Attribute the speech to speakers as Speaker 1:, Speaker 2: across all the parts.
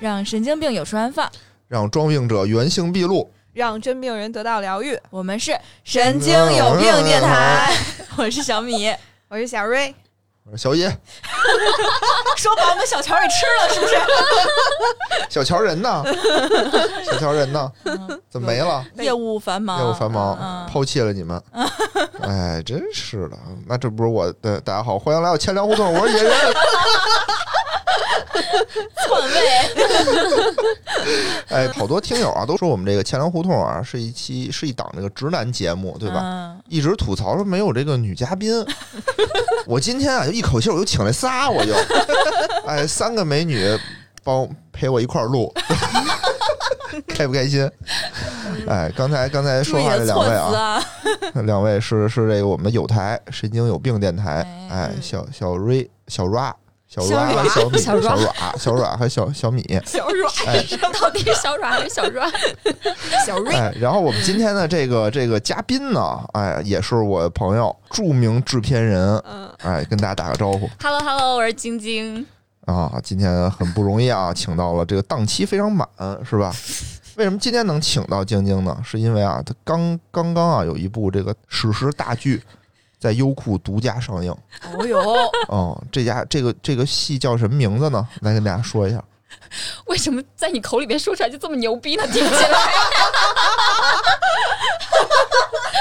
Speaker 1: 让神经病有处安放，
Speaker 2: 让装病者原形毕露。
Speaker 3: 让真病人得到疗愈。
Speaker 1: 我们是神经有病电台，我是小米。
Speaker 3: 我是小 瑞，
Speaker 2: 我说小野，
Speaker 1: 说把我们小乔给吃 了是不是？
Speaker 2: 小乔人 呢？小乔人呢？怎么没了？哎
Speaker 1: 业务繁忙，
Speaker 2: 业务繁忙，
Speaker 1: 嗯
Speaker 2: 抛弃了 你们。哎，真是的，那这不是我的。大家好，欢迎来到千粮胡同，我是野人。
Speaker 1: 篡位，
Speaker 2: 哎，好多听友啊都说我们这个千粮胡同啊是一期是一档这个直男节目，对吧？
Speaker 1: 吧？
Speaker 2: 一直吐槽说没有这个女嘉 宾。我今天啊就一口气儿我就请了仨，我就哎三个美女帮陪我一块儿录， 开不开心？哎，刚才刚才
Speaker 1: 注
Speaker 2: 说
Speaker 1: 意
Speaker 2: 话这
Speaker 1: 的
Speaker 2: 两
Speaker 1: 措
Speaker 2: 位
Speaker 1: 辞
Speaker 2: 啊，
Speaker 1: 啊！
Speaker 2: 两位是是这个我们的有台神经有病电台，
Speaker 1: 哎
Speaker 2: 哎，小小瑞、小 ra、小
Speaker 1: 小
Speaker 2: ra 和
Speaker 1: 软
Speaker 2: 小米、
Speaker 1: 小
Speaker 2: 小 ra、小 ra 和小小米，
Speaker 1: 小软
Speaker 2: 哎
Speaker 1: 到底是小软还是小软？
Speaker 3: 小瑞，
Speaker 2: 哎，然后我们今天的这个这个嘉宾呢，哎，也是我朋友，著名制片人，
Speaker 3: 嗯，
Speaker 2: 哎，跟大家打个招呼
Speaker 4: Hello Hello，我是晶晶。
Speaker 2: 啊！今天很不容易啊，请到了这个档期非常满，是吧？为什么今天能请到晶晶呢？是因为啊，她刚刚刚啊有一部这个史诗大剧在优酷独家上映，
Speaker 1: 哦呦，
Speaker 2: 哦，这家这个这个戏叫什么名字呢？来跟大家说一 下。
Speaker 4: 为什么在你口里边说出来就这么牛逼呢？听起 来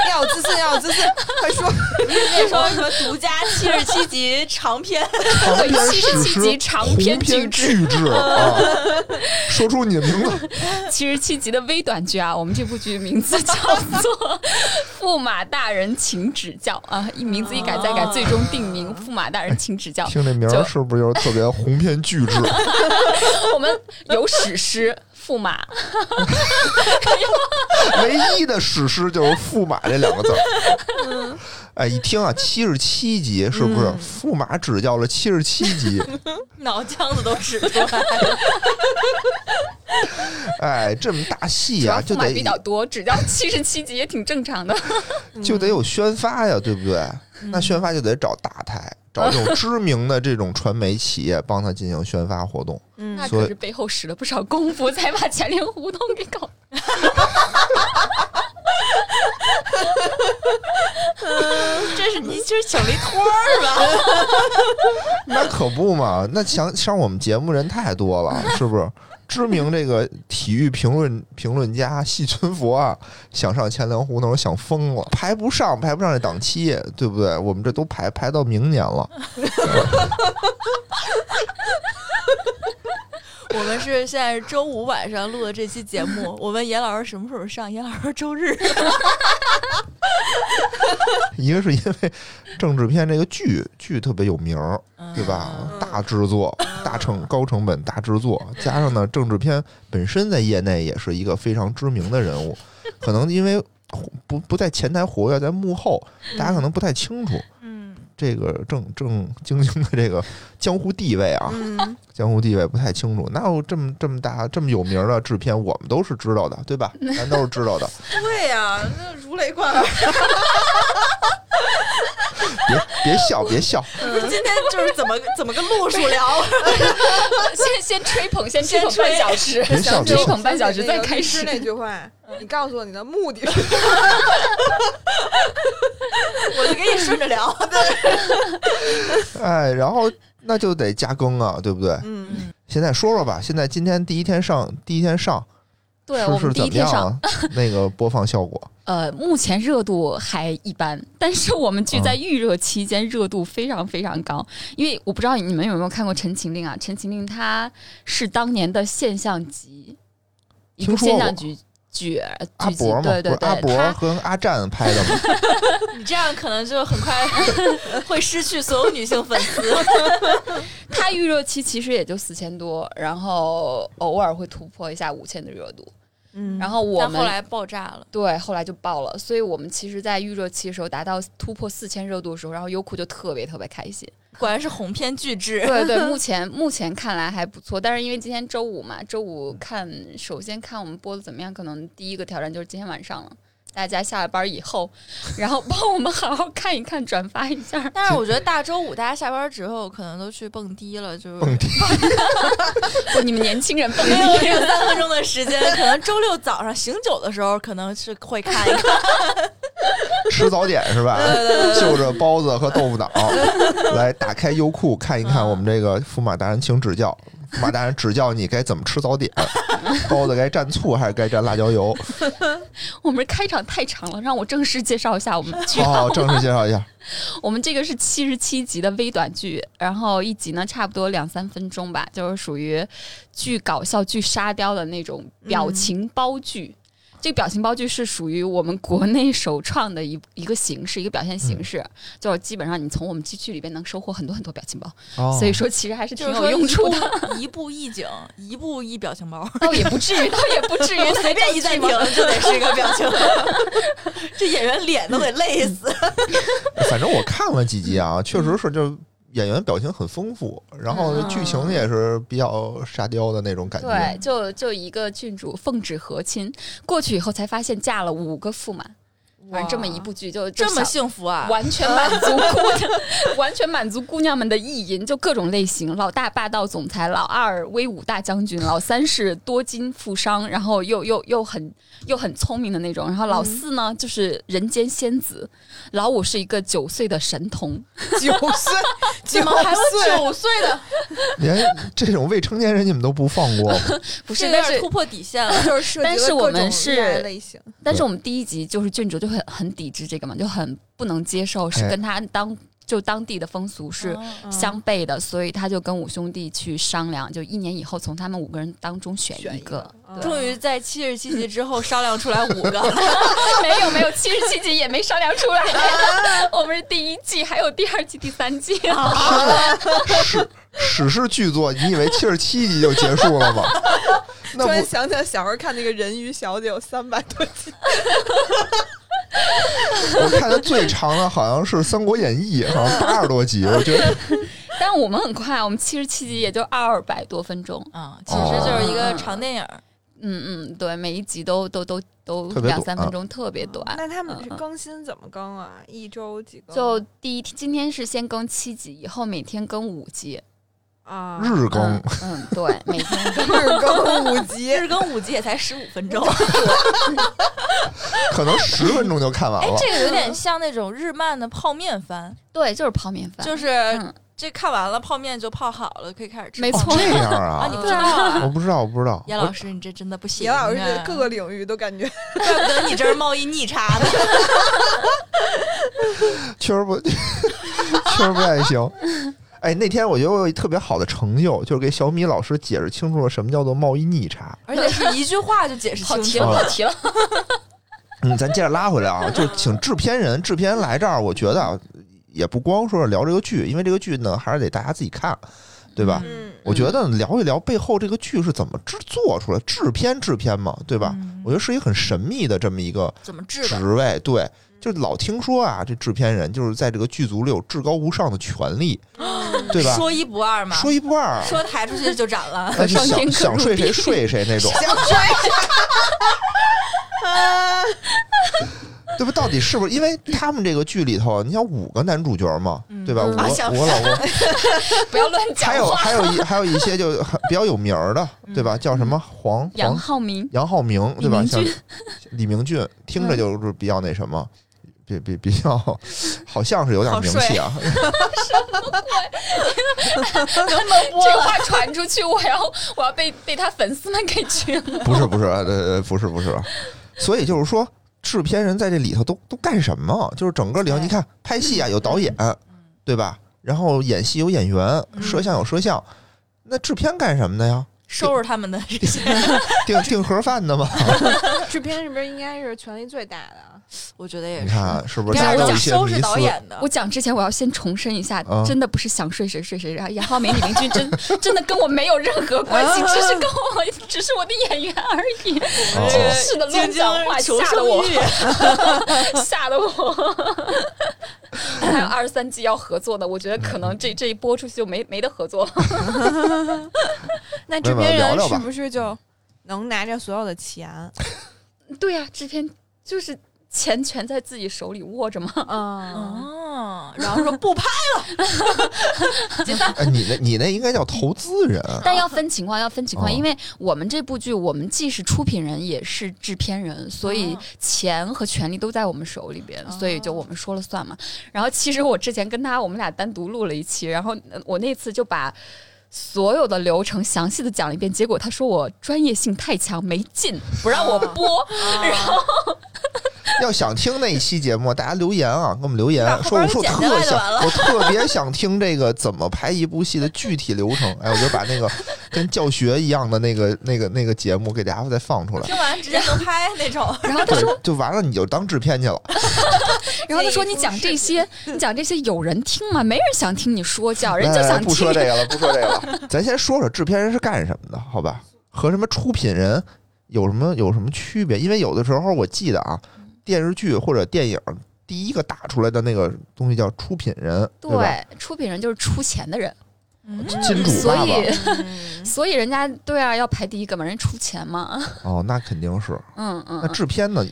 Speaker 3: 要有自信，要有自信，快说，
Speaker 1: 那说什么独家七十七集长篇，
Speaker 2: 长篇
Speaker 4: 77
Speaker 2: 史诗
Speaker 4: 集长篇巨
Speaker 2: 鸿篇 巨制啊！说出你的名字，
Speaker 4: 七十七集的微短剧啊，我们这部剧名字叫做《驸马大人请指教》啊，一名字一改再改，
Speaker 1: 哦
Speaker 4: 最终定名《驸马大人请指教》。
Speaker 2: 听这名儿
Speaker 4: 就是
Speaker 2: 不是就是特别鸿篇巨制？
Speaker 4: 我们有史诗驸马，
Speaker 2: 唯一的史诗就是“驸马”这两个字儿。哎，一听啊，七十七集是不是？驸马指教了七十七集，
Speaker 1: 脑浆子都指出来了。
Speaker 2: 哎，这么大戏
Speaker 4: 主
Speaker 2: 啊，
Speaker 4: 要
Speaker 2: 就
Speaker 4: 驸马
Speaker 2: 得
Speaker 4: 比较多，指教七十七集也挺正常的。
Speaker 2: 就得有宣发呀，对不对？那宣发就得找大台，找这种知名的这种传媒企业帮他进行宣发活动。
Speaker 3: 嗯
Speaker 4: 那
Speaker 2: 所以
Speaker 4: 可是背后使了不少功夫，才把乾陵胡同给搞。
Speaker 1: 这是你这是请了一托儿吧？
Speaker 2: 那可不嘛，那想上我们节目人太多了，是不是？知名这个体育评论评论家细春佛啊，想上钱粮胡同想疯了，排不上，排不上这档期，对不对？我们这都排排到明年了。
Speaker 1: 我们是现在是周五晚上录的这期节目，我问严老师什么时候上，严老师说周日。
Speaker 2: 一个是因为政治片这个剧剧特别有名儿，对吧？大制作、大成高成本、大制作，加上呢，政治片本身在业内也是一个非常知名的人物，可能因为不不在前台活跃，在幕后，大家可能不太清楚
Speaker 1: 嗯
Speaker 2: 这个正正经经的这个江湖地位啊，
Speaker 3: 嗯，
Speaker 2: 江湖地位不太清楚。那有这么这么大这么有名儿的制片，我们都是知道的，对吧？咱都是知道的。
Speaker 3: 对呀，那如雷贯耳，
Speaker 2: 别别笑，别笑，
Speaker 1: 不是今天就是怎么怎么个路数聊？
Speaker 4: 先先吹捧，先吹捧
Speaker 1: 先吹
Speaker 4: 半小时，
Speaker 2: 别笑，别
Speaker 4: 吹
Speaker 2: 笑。
Speaker 4: 捧半小时再开始。
Speaker 3: 那句话，
Speaker 1: 嗯
Speaker 3: 你告诉我你的目的是
Speaker 1: 我就给你顺着聊。
Speaker 2: 哎，然后那就得加更啊，对不对？
Speaker 3: 嗯，
Speaker 2: 现在说说吧，现在今天第一天上，第一天上
Speaker 4: 对我
Speaker 2: 是
Speaker 4: 们
Speaker 2: 是
Speaker 4: 第一
Speaker 2: 怎么
Speaker 4: 天
Speaker 2: 样
Speaker 4: 上，
Speaker 2: 啊？那个播放效果，
Speaker 4: 呃，目前热度还一般，但是我们
Speaker 2: 嗯
Speaker 4: 剧在预热期间热度非常非常高，因为我不知道你们有没有看过《陈情令》啊，《陈情令》它是当年的现象级，一部
Speaker 2: 听说
Speaker 4: 现
Speaker 2: 过
Speaker 4: 象剧剧呃
Speaker 2: 阿
Speaker 4: 剧集
Speaker 2: 伯，嘛，
Speaker 4: 对
Speaker 2: 不是
Speaker 4: 对
Speaker 2: 阿
Speaker 4: 对，
Speaker 2: 伯
Speaker 4: 它
Speaker 2: 和阿战拍 的嘛？
Speaker 1: 你这样可能就很快会失去所有女性粉丝。
Speaker 4: 它预热期其实也就四千多，然后偶尔会突破一下五千的热度，
Speaker 3: 嗯
Speaker 4: 然后我
Speaker 1: 但
Speaker 4: 们
Speaker 1: 后来爆炸了。
Speaker 4: 对，后来就爆了。所以我们其实，在预热期的时候达到突破四千热度的时候，然后优酷就特别特别开心。
Speaker 1: 果然是鸿篇巨制。
Speaker 4: 对对， 目前目前看来还不错，但是因为今天
Speaker 1: 嗯
Speaker 4: 周五嘛，周五看首先看我们播的怎么样，可能第一个挑战就是今天晚上了。大家下了班以 后，然后帮我们好好看一看，转发一 下。
Speaker 1: 但是我觉得大周五大家下班之后可能都去蹦迪了，就是
Speaker 2: 蹦迪
Speaker 4: 不，你们年轻人不
Speaker 1: 没有只有
Speaker 4: 能
Speaker 1: 三分钟的时间，可能周六早上醒酒的时候可能是会 看一看。
Speaker 2: 吃早点是吧？就着包子和豆腐 脑来打开优酷看一
Speaker 4: 嗯
Speaker 2: 看我们这个驸马大人请指教， 驸马大人指教你该怎么吃早点，包子该蘸醋还是该蘸辣椒 油？
Speaker 4: 我们开场太长了，让我正式介绍一 下我们剧。
Speaker 2: 好，正式介绍一下，
Speaker 4: 我们这个是七十七集的微短剧，然后一集呢差不多两三分钟吧，就是属于巨搞笑、巨沙雕的那种表情包剧。这个表情包剧是属于我们国内首创的一一个形式，一个表现形式，就是基本上你从我们剧剧里边能收获很多很多表情包，
Speaker 2: 哦
Speaker 4: 所以说其实还是挺
Speaker 1: 就是
Speaker 4: 有
Speaker 1: 说
Speaker 4: 用
Speaker 1: 一
Speaker 4: 处的。
Speaker 1: 步一步一景，一步一表情包，
Speaker 4: 倒也不至于，倒也不至于
Speaker 1: 随便一暂停就得是一个表情包， 这演员脸都得累死。
Speaker 2: 反正我看了几集啊，确实是就。演员表情很丰富，然后
Speaker 4: 嗯
Speaker 2: 剧情也是比较沙雕的那种感觉。
Speaker 4: 对，就就一个郡主奉旨和亲，过去以后才发现嫁了五个驸马，反正这么一部剧就
Speaker 1: 这么
Speaker 4: 小
Speaker 1: 幸福啊！
Speaker 4: 完全满足姑娘，完全满足姑娘们的意淫，就各种类型，老大霸道总裁，老二威武大将军，老三是多金富商，然后又又又很又很聪明的那种，然后老四呢、就是人间仙子，老五是一个九岁的神童，
Speaker 3: 九 岁，
Speaker 1: 怎么还有九岁的？
Speaker 2: 连这种未成年人你们都不放过吗？
Speaker 4: 不
Speaker 1: 这
Speaker 4: 是，
Speaker 1: 有
Speaker 4: 但
Speaker 1: 点
Speaker 4: 是
Speaker 1: 突破底线了。
Speaker 3: 就是涉及了
Speaker 4: 但是我
Speaker 3: 各种
Speaker 4: 们是
Speaker 3: 恋爱类型，
Speaker 4: 但是我们第一集就是郡主就很很抵制这个嘛，就很不能接受，是
Speaker 2: 哎
Speaker 4: 跟他当、就当地的风俗是
Speaker 1: 嗯
Speaker 4: 相悖的，所以他就跟五兄弟去商量，就一年以后从他们五个人当中选
Speaker 3: 选
Speaker 4: 一个。
Speaker 3: 嗯
Speaker 1: 终于在七十七集之后商量出来五 个，
Speaker 4: 没有没有，七十七集也没商量出来， 我们是第一季，还有第二季、第三季。
Speaker 2: 史史诗巨作，你以为七十七集就结束了吗？那
Speaker 3: 突然
Speaker 2: 不
Speaker 3: 想起来小时候看那个《人鱼小姐》有三百多 集，
Speaker 2: 我看的最长的好像是《三国演义》，好像八十多集，我觉得
Speaker 4: 但我们很快，我们七十七集也就二百多分钟。
Speaker 1: 啊，其实就是一个长电影儿。
Speaker 4: 嗯嗯，对，每一集都都都都
Speaker 2: 特别
Speaker 4: 两
Speaker 2: 短
Speaker 4: 三分钟，特别短。
Speaker 3: 那他们
Speaker 4: 嗯
Speaker 3: 是
Speaker 4: 嗯
Speaker 3: 更新怎么更啊？一周几更？
Speaker 4: 就第一天，今天是先更七集，以后每天更五集。
Speaker 3: 啊，
Speaker 2: 日更、
Speaker 4: 嗯嗯，对，每天 更。
Speaker 3: 日更五 集，
Speaker 1: 日更五 集也才十五分钟，
Speaker 2: 可能十分钟就看完
Speaker 1: 哎
Speaker 2: 了，。
Speaker 1: 这个有 点像那种日漫的泡面番，
Speaker 4: 对，就是泡面饭，
Speaker 1: 就是
Speaker 4: 嗯，
Speaker 1: 这看完了泡面就泡好了，可以开始吃泡
Speaker 4: 没
Speaker 1: 面。
Speaker 4: 错
Speaker 2: 哦，这样
Speaker 1: 啊，你？不知道啊
Speaker 2: 啊 我？不知道，我不知道。
Speaker 1: 严老师，你这真的不行。啊
Speaker 3: 严老师这 各，个领域都感觉
Speaker 1: 怪不得你这儿贸易逆差呢。
Speaker 2: 我确实不， 确实不太行。哎，那天我觉得我有一特别好的成就，就是给小米老师解释清楚了什么叫做贸易逆差。
Speaker 1: 而且是一句话就解释
Speaker 4: 跑
Speaker 1: 清
Speaker 4: 题
Speaker 1: 楚
Speaker 4: 了，
Speaker 2: 了
Speaker 4: 跑题了。
Speaker 2: 嗯，咱接着拉回来啊，就请制片人，制片人来这儿，我觉得啊也不光说是聊这个剧，因为这个剧呢还是得大家自己看，对吧？
Speaker 3: 嗯
Speaker 2: 我觉得聊一聊背后这个剧是怎么制作出来，制片制片嘛，对吧？
Speaker 1: 嗯
Speaker 2: 我觉得是一个很神秘的这么一个
Speaker 1: 怎么治 的？
Speaker 2: 职位，对，就是老听说啊，这制片人就是在这个剧组里有至高无上的权利，对吧？
Speaker 1: 哦说一不二嘛，
Speaker 2: 说一不二，
Speaker 1: 说抬出去就斩了。
Speaker 2: 哎就
Speaker 4: 上天
Speaker 2: 想想
Speaker 4: 可入
Speaker 2: 睡谁
Speaker 4: 地
Speaker 2: 睡谁那种，
Speaker 3: 想摔啊，
Speaker 2: 对吧？到底是不是？因为他们这个剧里头，你想五个男主角嘛，对吧？
Speaker 3: 啊
Speaker 2: 我
Speaker 3: 想
Speaker 2: 我老公。
Speaker 4: 不要乱讲
Speaker 2: 还有
Speaker 4: 话。
Speaker 2: 还有一还有一些就很比较有名儿的，对吧？叫什么黄
Speaker 4: 杨
Speaker 2: 黄
Speaker 4: 浩 明，
Speaker 2: 杨浩明，对吧？
Speaker 4: 明
Speaker 2: 像
Speaker 4: 俊
Speaker 2: 李明俊，听着就是比较那什么，比比比较好像是有点
Speaker 1: 好
Speaker 2: 名
Speaker 1: 帅
Speaker 2: 气啊。
Speaker 4: 能不能播？这话传出去，我要我要被被他粉丝们给群了。
Speaker 2: 不是不是，呃，不是不是，所以就是说，制片人在这里头都都干什么？就是整个里头，
Speaker 1: 对
Speaker 2: 你看拍戏啊有导演，对吧？然后演戏有演员，摄像有摄像，那制片干什么的呀？
Speaker 1: 收拾他们的 这些，
Speaker 2: 订订盒饭的吗？
Speaker 3: 制片是不是应该是权力最大的啊？
Speaker 1: 我觉得也
Speaker 2: 你
Speaker 1: 是。
Speaker 2: 看是不是
Speaker 4: 第
Speaker 2: 大
Speaker 4: 二
Speaker 2: 家都有
Speaker 1: 讲
Speaker 2: 一些
Speaker 1: 收
Speaker 2: 迷
Speaker 1: 拾导
Speaker 2: 思？
Speaker 1: 演的
Speaker 4: 我，讲之前，我要先重申一下，
Speaker 2: 嗯
Speaker 4: 真的不是想睡谁睡谁。然后杨浩明、李明俊真真的跟我没有任何关系，
Speaker 3: 啊
Speaker 4: 只是跟我只是我的演员而已。
Speaker 2: 哦
Speaker 4: 真是的，乱
Speaker 1: 晶晶
Speaker 4: 讲 话，
Speaker 1: 求
Speaker 4: 吓得
Speaker 1: 生
Speaker 4: 我
Speaker 1: 欲。
Speaker 4: 吓得我。 还有二十三季要合作的，我觉得可能这这一播出去就没没得合作了。
Speaker 2: 没
Speaker 3: 那
Speaker 2: 有
Speaker 3: 制
Speaker 2: 没有
Speaker 3: 片
Speaker 2: 聊
Speaker 3: 人
Speaker 2: 聊吧
Speaker 3: 是 不是就能拿着所有的钱？
Speaker 4: 对呀、制片就是钱全在自己手里握着吗？
Speaker 3: 啊，
Speaker 1: 哦，然后说不 拍了，解散。
Speaker 2: 哎，你那你那应该叫投资人，
Speaker 4: 但要分情况，要分情况，
Speaker 2: 哦
Speaker 4: 因为我们这部剧，我们既是出品人，也是制片人，所以
Speaker 1: 哦
Speaker 4: 钱和权利都在我们手里边，所以就我们说了算嘛。然后其实我之前跟他，我们俩单独录了一期，然后呃我那次就把。所有的流程详细的讲了一遍，结果他说我专业性太强，没劲，不让我播。
Speaker 3: 然后
Speaker 2: 要想听那一期节目，大家留言啊，给我们留言
Speaker 1: 把，后
Speaker 2: 说
Speaker 1: 边
Speaker 2: 我
Speaker 1: 剪下来
Speaker 2: 说我特
Speaker 1: 就
Speaker 2: 想
Speaker 1: 完了，
Speaker 2: 我特别想听这个怎么拍一部戏的具体流程。哎，我就把那个跟教学一样的那个那个那个节目给大家再放出来，
Speaker 1: 听完直接能拍那种。
Speaker 4: 然啊后他说，
Speaker 2: 对，就完了，你就当制片去了。
Speaker 4: 然后他说
Speaker 1: 自己
Speaker 4: 你
Speaker 1: 出
Speaker 4: 讲这
Speaker 1: 视
Speaker 3: 哎
Speaker 4: 些， 你讲这些有人听吗？没人想听你说教，人就
Speaker 2: 来来
Speaker 4: 想
Speaker 2: 哎不说
Speaker 4: 听
Speaker 2: 这个了，不说这个了。咱先说说制片人是干什么的，好吧？和什么出品人有什么有什么区别？因为有的时候我记得啊，电视剧或者电影第一个打出来的那个东西叫出品人，对吧？
Speaker 4: 对，出品人就是出钱的人，
Speaker 3: 嗯
Speaker 2: 金主
Speaker 4: 所
Speaker 2: 爸爸
Speaker 4: 以所以人家对啊，要排第一个嘛，人出钱嘛，
Speaker 2: 哦，那肯定是。
Speaker 4: 嗯嗯。
Speaker 2: 那
Speaker 4: 嗯
Speaker 2: 制片呢？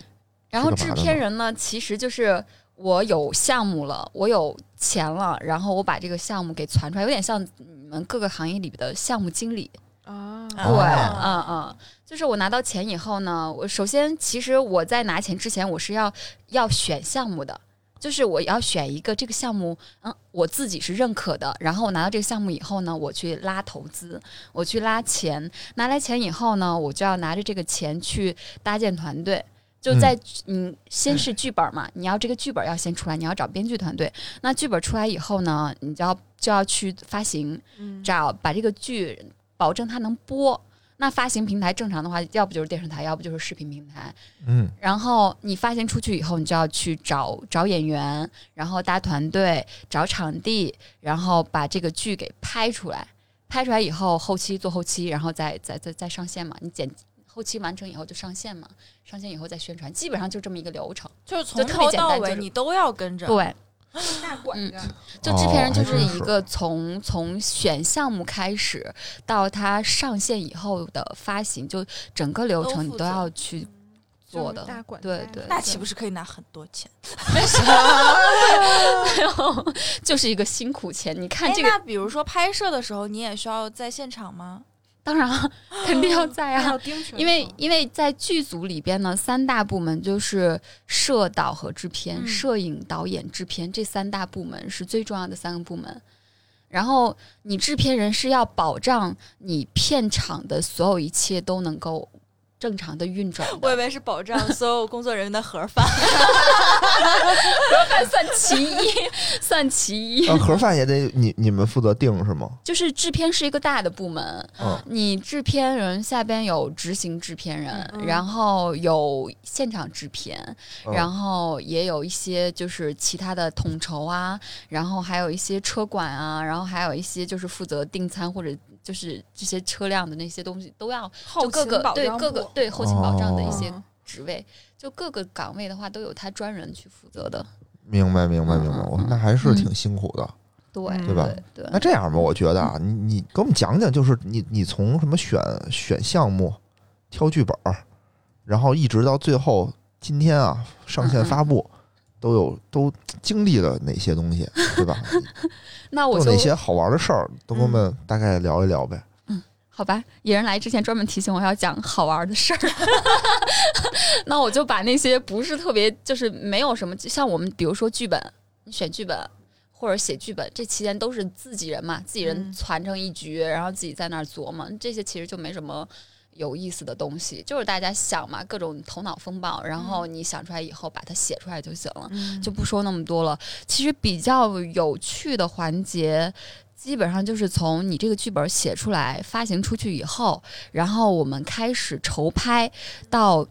Speaker 4: 然后
Speaker 2: 是干
Speaker 4: 制
Speaker 2: 嘛的呢
Speaker 4: 片人呢，其实就是我有项目了，我有钱了，然后我把这个项目给传出来，有点像你们各个行业里的项目经理。
Speaker 3: 啊，
Speaker 1: 啊
Speaker 4: 对，
Speaker 2: 哦
Speaker 4: 嗯嗯，就是我拿到钱以后呢，我首先其实我在拿钱之前，我是要要选项目的。就是我要选一个这个项目，嗯，我自己是认可的。然后我拿到这个项目以后呢，我去拉投资，我去拉钱。拿来钱以后呢，我就要拿着这个钱去搭建团队。就
Speaker 2: 嗯
Speaker 4: 在嗯，先是剧本嘛，你要这个剧本要先出来，你要找编剧团队。那剧本出来以后呢，你就要就要去发行，
Speaker 3: 嗯
Speaker 4: 找把这个剧保证它能播。那发行平台正常的话，要不就是电视台，要不就是视频平台。
Speaker 2: 嗯，
Speaker 4: 然后你发行出去以后，你就要去找找演员，然后搭团队，找场地，然后把这个剧给拍出来。拍出来以后，后期做后期，然后再再再再上线嘛。你剪后期完成以后就上线嘛，上线以后再宣传，基本上就这么一个流程。
Speaker 1: 就是从
Speaker 4: 就特别
Speaker 1: 头
Speaker 4: 简单
Speaker 1: 到尾
Speaker 4: 就是
Speaker 1: 你都要跟着，
Speaker 4: 对，
Speaker 3: 大管家，
Speaker 4: 就制片人
Speaker 2: 哦
Speaker 4: 就
Speaker 2: 还
Speaker 4: 是
Speaker 2: 真
Speaker 4: 一个从从选项目开始到它上线以后的发行，就整个流程
Speaker 1: 都
Speaker 4: 你
Speaker 1: 负
Speaker 4: 都
Speaker 1: 责
Speaker 4: 要去 做
Speaker 3: 就是
Speaker 4: 的
Speaker 3: 大。管
Speaker 4: 对
Speaker 3: 家
Speaker 4: 对，
Speaker 1: 那岂不是可以拿很多钱？
Speaker 4: 对就是一个辛苦钱？你看
Speaker 1: 哎，
Speaker 4: 这个，
Speaker 1: 那比如说拍摄的时候，你也需要在现场吗？
Speaker 4: 当然啊肯定要在
Speaker 3: 还
Speaker 4: 啊
Speaker 3: 要。盯全程，
Speaker 4: 因
Speaker 1: 嗯
Speaker 4: 为因为在剧组里边呢，三大部门就是摄导和制片、
Speaker 1: 嗯
Speaker 4: 摄影、导演、制片这三大部门是最重要的三个部门。然后你制片人是要保障你片场的所有一切都能够正常的运转
Speaker 1: 我以
Speaker 4: 的，
Speaker 1: 为是保障所有工作人员的盒饭。
Speaker 4: 算其一，算其一。
Speaker 2: 那啊盒饭也得你你们负责定是吗？
Speaker 4: 就是制片是一个大的部门，
Speaker 2: 嗯
Speaker 4: 你制片人下边有执行制片人，
Speaker 1: 嗯
Speaker 4: 然后有现场制片，
Speaker 2: 嗯
Speaker 4: 然后也有一些就是其他的统筹啊，然后还有一些车管啊，然后还有一些就是负责订餐或者就是这些车辆的那些东西都要，就
Speaker 3: 后
Speaker 4: 各
Speaker 3: 勤
Speaker 4: 个
Speaker 3: 保
Speaker 4: 对
Speaker 3: 障
Speaker 4: 各个
Speaker 3: 部
Speaker 4: 对后勤保障的一
Speaker 2: 哦
Speaker 4: 些职位，就各个岗位的话都有他专人去负责的，
Speaker 2: 嗯明白明白明
Speaker 4: 嗯
Speaker 2: 白，我那还是挺辛苦的。
Speaker 4: 对
Speaker 3: 嗯
Speaker 2: 对吧哎
Speaker 4: 对
Speaker 2: 那这样吧，我觉得啊，你
Speaker 4: 嗯
Speaker 2: 你给我们讲讲，就是你你从什么选选项目、挑剧本儿，然后一直到最后今天啊上
Speaker 4: 嗯
Speaker 2: 线发布，都有都经历了哪些东西，对 吧？
Speaker 4: 那
Speaker 2: 都
Speaker 4: 我
Speaker 2: 有
Speaker 4: 就嗯
Speaker 2: 哪些好玩的事儿，都跟我们大概聊一聊呗。
Speaker 4: 好吧，野人来之前专门提醒我要讲好玩的事儿， 那我就把那些不是特别就是没有什么，就像我们比如说剧本，你选剧本或者写剧本，这期间都是自己人嘛，自己人
Speaker 3: 嗯
Speaker 4: 攒成一局，然后自己在那儿琢磨，这些其实就没什么。有意思的东西就是大家想嘛，各种头脑风暴，然后你想出来以后把它写出来就行了。
Speaker 3: 嗯
Speaker 4: 就不说那么多了。其实比较有趣的环节，基本上就是从你这个剧本写出来、发行出去以后，然后我们开始筹拍到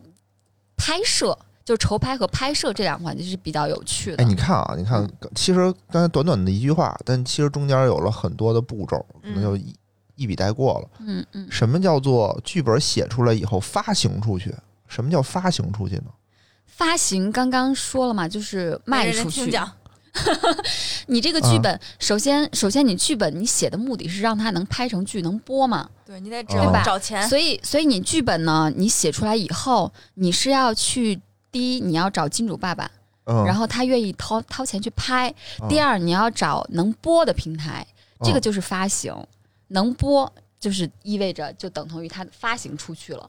Speaker 4: 拍摄，就筹拍和拍摄这两个环节是比较有趣的。
Speaker 2: 哎，你看啊，你
Speaker 4: 嗯
Speaker 2: 看，其实刚才短短的一句话，但其实中间有了很多的步骤，可能就一一笔带过了。
Speaker 4: 嗯嗯，
Speaker 2: 什么叫做剧本写出来以后发行出去？什么叫发行出去呢？
Speaker 4: 发行刚刚说了嘛，就是卖
Speaker 1: 没人
Speaker 4: 出
Speaker 1: 听
Speaker 4: 去。
Speaker 1: 讲，
Speaker 4: 你这个
Speaker 2: 嗯
Speaker 4: 剧本，首先首先你剧本你写的目的是让它能拍成剧，能播嘛？
Speaker 1: 对你得
Speaker 2: 对
Speaker 1: 找
Speaker 4: 吧
Speaker 1: 找钱，
Speaker 4: 所以，所以你剧本呢，你写出来以后，你是要去第一你要找金主爸爸，
Speaker 2: 嗯，
Speaker 4: 然
Speaker 2: 后
Speaker 4: 后他愿意掏掏钱去拍；第二你要找能播的平台，
Speaker 2: 嗯
Speaker 4: 这个就是发行，能播就是意味着就等同于它发行出去了。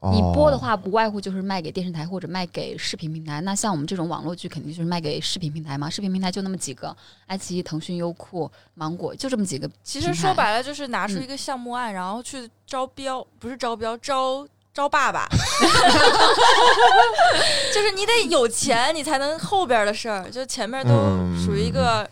Speaker 2: 哦
Speaker 4: 你播的，话，不外乎就是卖给电视台或者卖给视频平台。那像我们这种网络剧，肯定就是卖给视频平台嘛。视频平台就那么几个，爱奇艺、腾讯、优酷、芒果，就这么几个。
Speaker 1: 其实说白了就是拿
Speaker 4: 嗯
Speaker 1: 出一个项目案，然后去招标，不是招标，招招爸 爸，就是你得有钱，你才能后边的事儿，就前面都
Speaker 2: 嗯
Speaker 1: 属于一个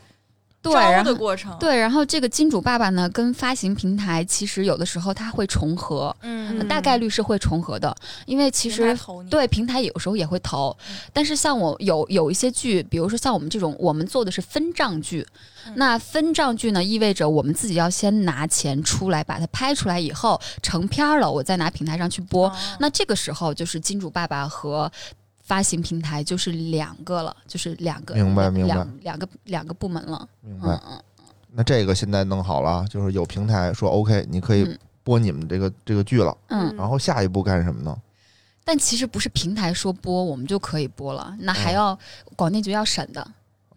Speaker 4: 对，
Speaker 1: 招
Speaker 4: 然
Speaker 1: 的
Speaker 4: 后
Speaker 1: 过程。，
Speaker 4: 对，然后这个金主爸爸呢，跟发行平台其实有的时候它会重合，
Speaker 1: 嗯，
Speaker 4: 大概率是会重合的，因为其
Speaker 1: 平
Speaker 4: 实
Speaker 1: 台投你，
Speaker 4: 对平台有时候也会投，
Speaker 1: 嗯
Speaker 4: 但是像我有有一些剧，比如说像我们这种，我们做的是分账剧，
Speaker 1: 嗯
Speaker 4: 那分账剧呢，意味着我们自己要先拿钱出来，把它拍出来以后成片儿了，我再拿平台上去播。
Speaker 1: 哦
Speaker 4: 那这个时候就是金主爸爸和。发行平台就是两个了，就是两个，
Speaker 2: 明白
Speaker 4: 两
Speaker 2: 明白
Speaker 4: 两个两个部门了，
Speaker 2: 明
Speaker 4: 嗯
Speaker 2: 白。
Speaker 4: 嗯，
Speaker 2: 那这个现在弄好了，啊就是有平台说 OK，你可以
Speaker 4: 嗯
Speaker 2: 播你们这个这个剧了。
Speaker 4: 嗯，
Speaker 2: 然后下一步干什么呢？
Speaker 4: 但其实不是平台说播我们就可以播了，那还要、广电局要审的，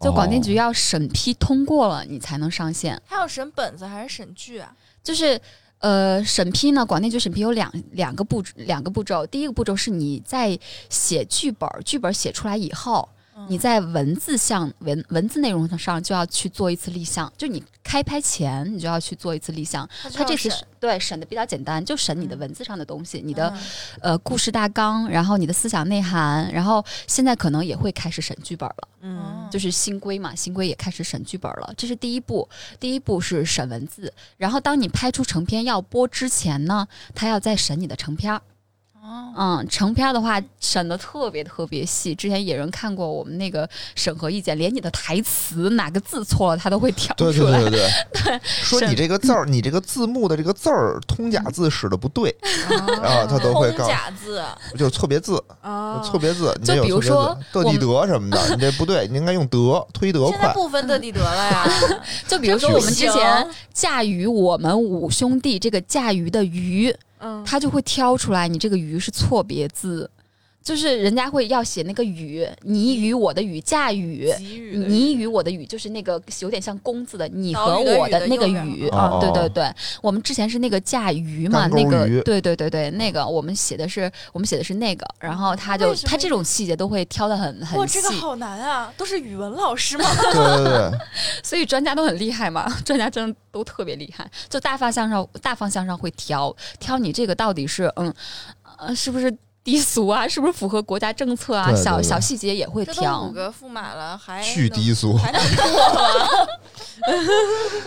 Speaker 4: 就广电局
Speaker 2: 哦
Speaker 4: 要审批通过了，你才能上线。
Speaker 1: 他要审本子还是审剧啊？
Speaker 4: 就是呃，审批呢，广电局审批有两两个步两个步骤，第一个步骤是你在写剧本，剧本写出来以后，
Speaker 1: 嗯
Speaker 4: 你在文字项文文字内容上就要去做一次立项，就你开拍前你就要去做一次立项。
Speaker 1: 就
Speaker 4: 它
Speaker 1: 要
Speaker 4: 这次
Speaker 1: 审
Speaker 4: 是对审的比较简单，就审你的
Speaker 1: 嗯
Speaker 4: 文字上的东西，你的
Speaker 1: 嗯
Speaker 4: 呃故事大纲，然后你的思想内涵，然后现在可能也会开始审剧本了，
Speaker 3: 哦
Speaker 1: 嗯
Speaker 4: 就是新规嘛，新规也开始审剧本了。这是第一步，第一步是审文字，然后当你拍出成片要播之前呢，他要再审你的成片儿。
Speaker 1: 哦
Speaker 4: 嗯，成片儿的话审的特别特别细，之前也有人看过我们那个审核意见，连你的台词哪个字错了他都会挑出
Speaker 2: 对
Speaker 4: 来。
Speaker 2: 对哦对对对， 说
Speaker 4: 是
Speaker 2: 你这个字儿，你这个字幕的这个字儿通假字使的不对
Speaker 4: 嗯
Speaker 2: 啊，他都会
Speaker 1: 通
Speaker 2: 告
Speaker 1: 假字，
Speaker 2: 诉，就是错别字，
Speaker 3: 啊
Speaker 2: 错别字，你
Speaker 4: 就
Speaker 2: 得有
Speaker 4: 比
Speaker 2: 错
Speaker 4: 如
Speaker 2: 别字
Speaker 4: 说
Speaker 2: 德
Speaker 4: 我
Speaker 2: 地
Speaker 4: 们
Speaker 2: 德什么的，你这不对，你应该用德推德
Speaker 1: 现在
Speaker 2: 快。
Speaker 1: 不分得地得了 呀。
Speaker 4: 就比如说
Speaker 1: 这不
Speaker 4: 我们之
Speaker 1: 行
Speaker 4: 前驾驭我们五兄弟这个驾驭的鱼，
Speaker 3: 嗯，
Speaker 4: 他就会挑出来你这个鱼是错别字，就是人家会要写那个雨，你与我的雨，驾雨。
Speaker 1: 给予 的
Speaker 4: 你与我的雨就是那个有点像公字的你和
Speaker 1: 岛屿的
Speaker 4: 我
Speaker 1: 屿
Speaker 4: 的
Speaker 1: 的
Speaker 4: 那个
Speaker 1: 右边
Speaker 4: 雨
Speaker 2: 哦
Speaker 4: 啊，对
Speaker 2: 哦
Speaker 4: 对对，我们之前是那个驾鱼嘛，
Speaker 2: 干钩
Speaker 4: 那个
Speaker 2: 鱼
Speaker 4: 对对对对，那个我们写的是我们写的是那个，然后他就
Speaker 1: 为什么
Speaker 4: 他这种细节都会挑的很
Speaker 1: 哇，
Speaker 4: 很细
Speaker 1: 这，个好难啊！都是语文老师吗？
Speaker 2: 对对对，
Speaker 4: 所以专家都很厉害嘛， 专家真的都特别厉害，就大方向上大方向上会挑挑你这个到底是嗯呃是不是低俗啊，是不是符合国家政策啊，
Speaker 2: 对对
Speaker 4: 小
Speaker 2: 对
Speaker 4: 小细节也 会
Speaker 1: 这都
Speaker 4: 挑
Speaker 1: 五。个驸马了，还
Speaker 2: 巨
Speaker 1: 能
Speaker 2: 低俗，
Speaker 1: 还能 过吗？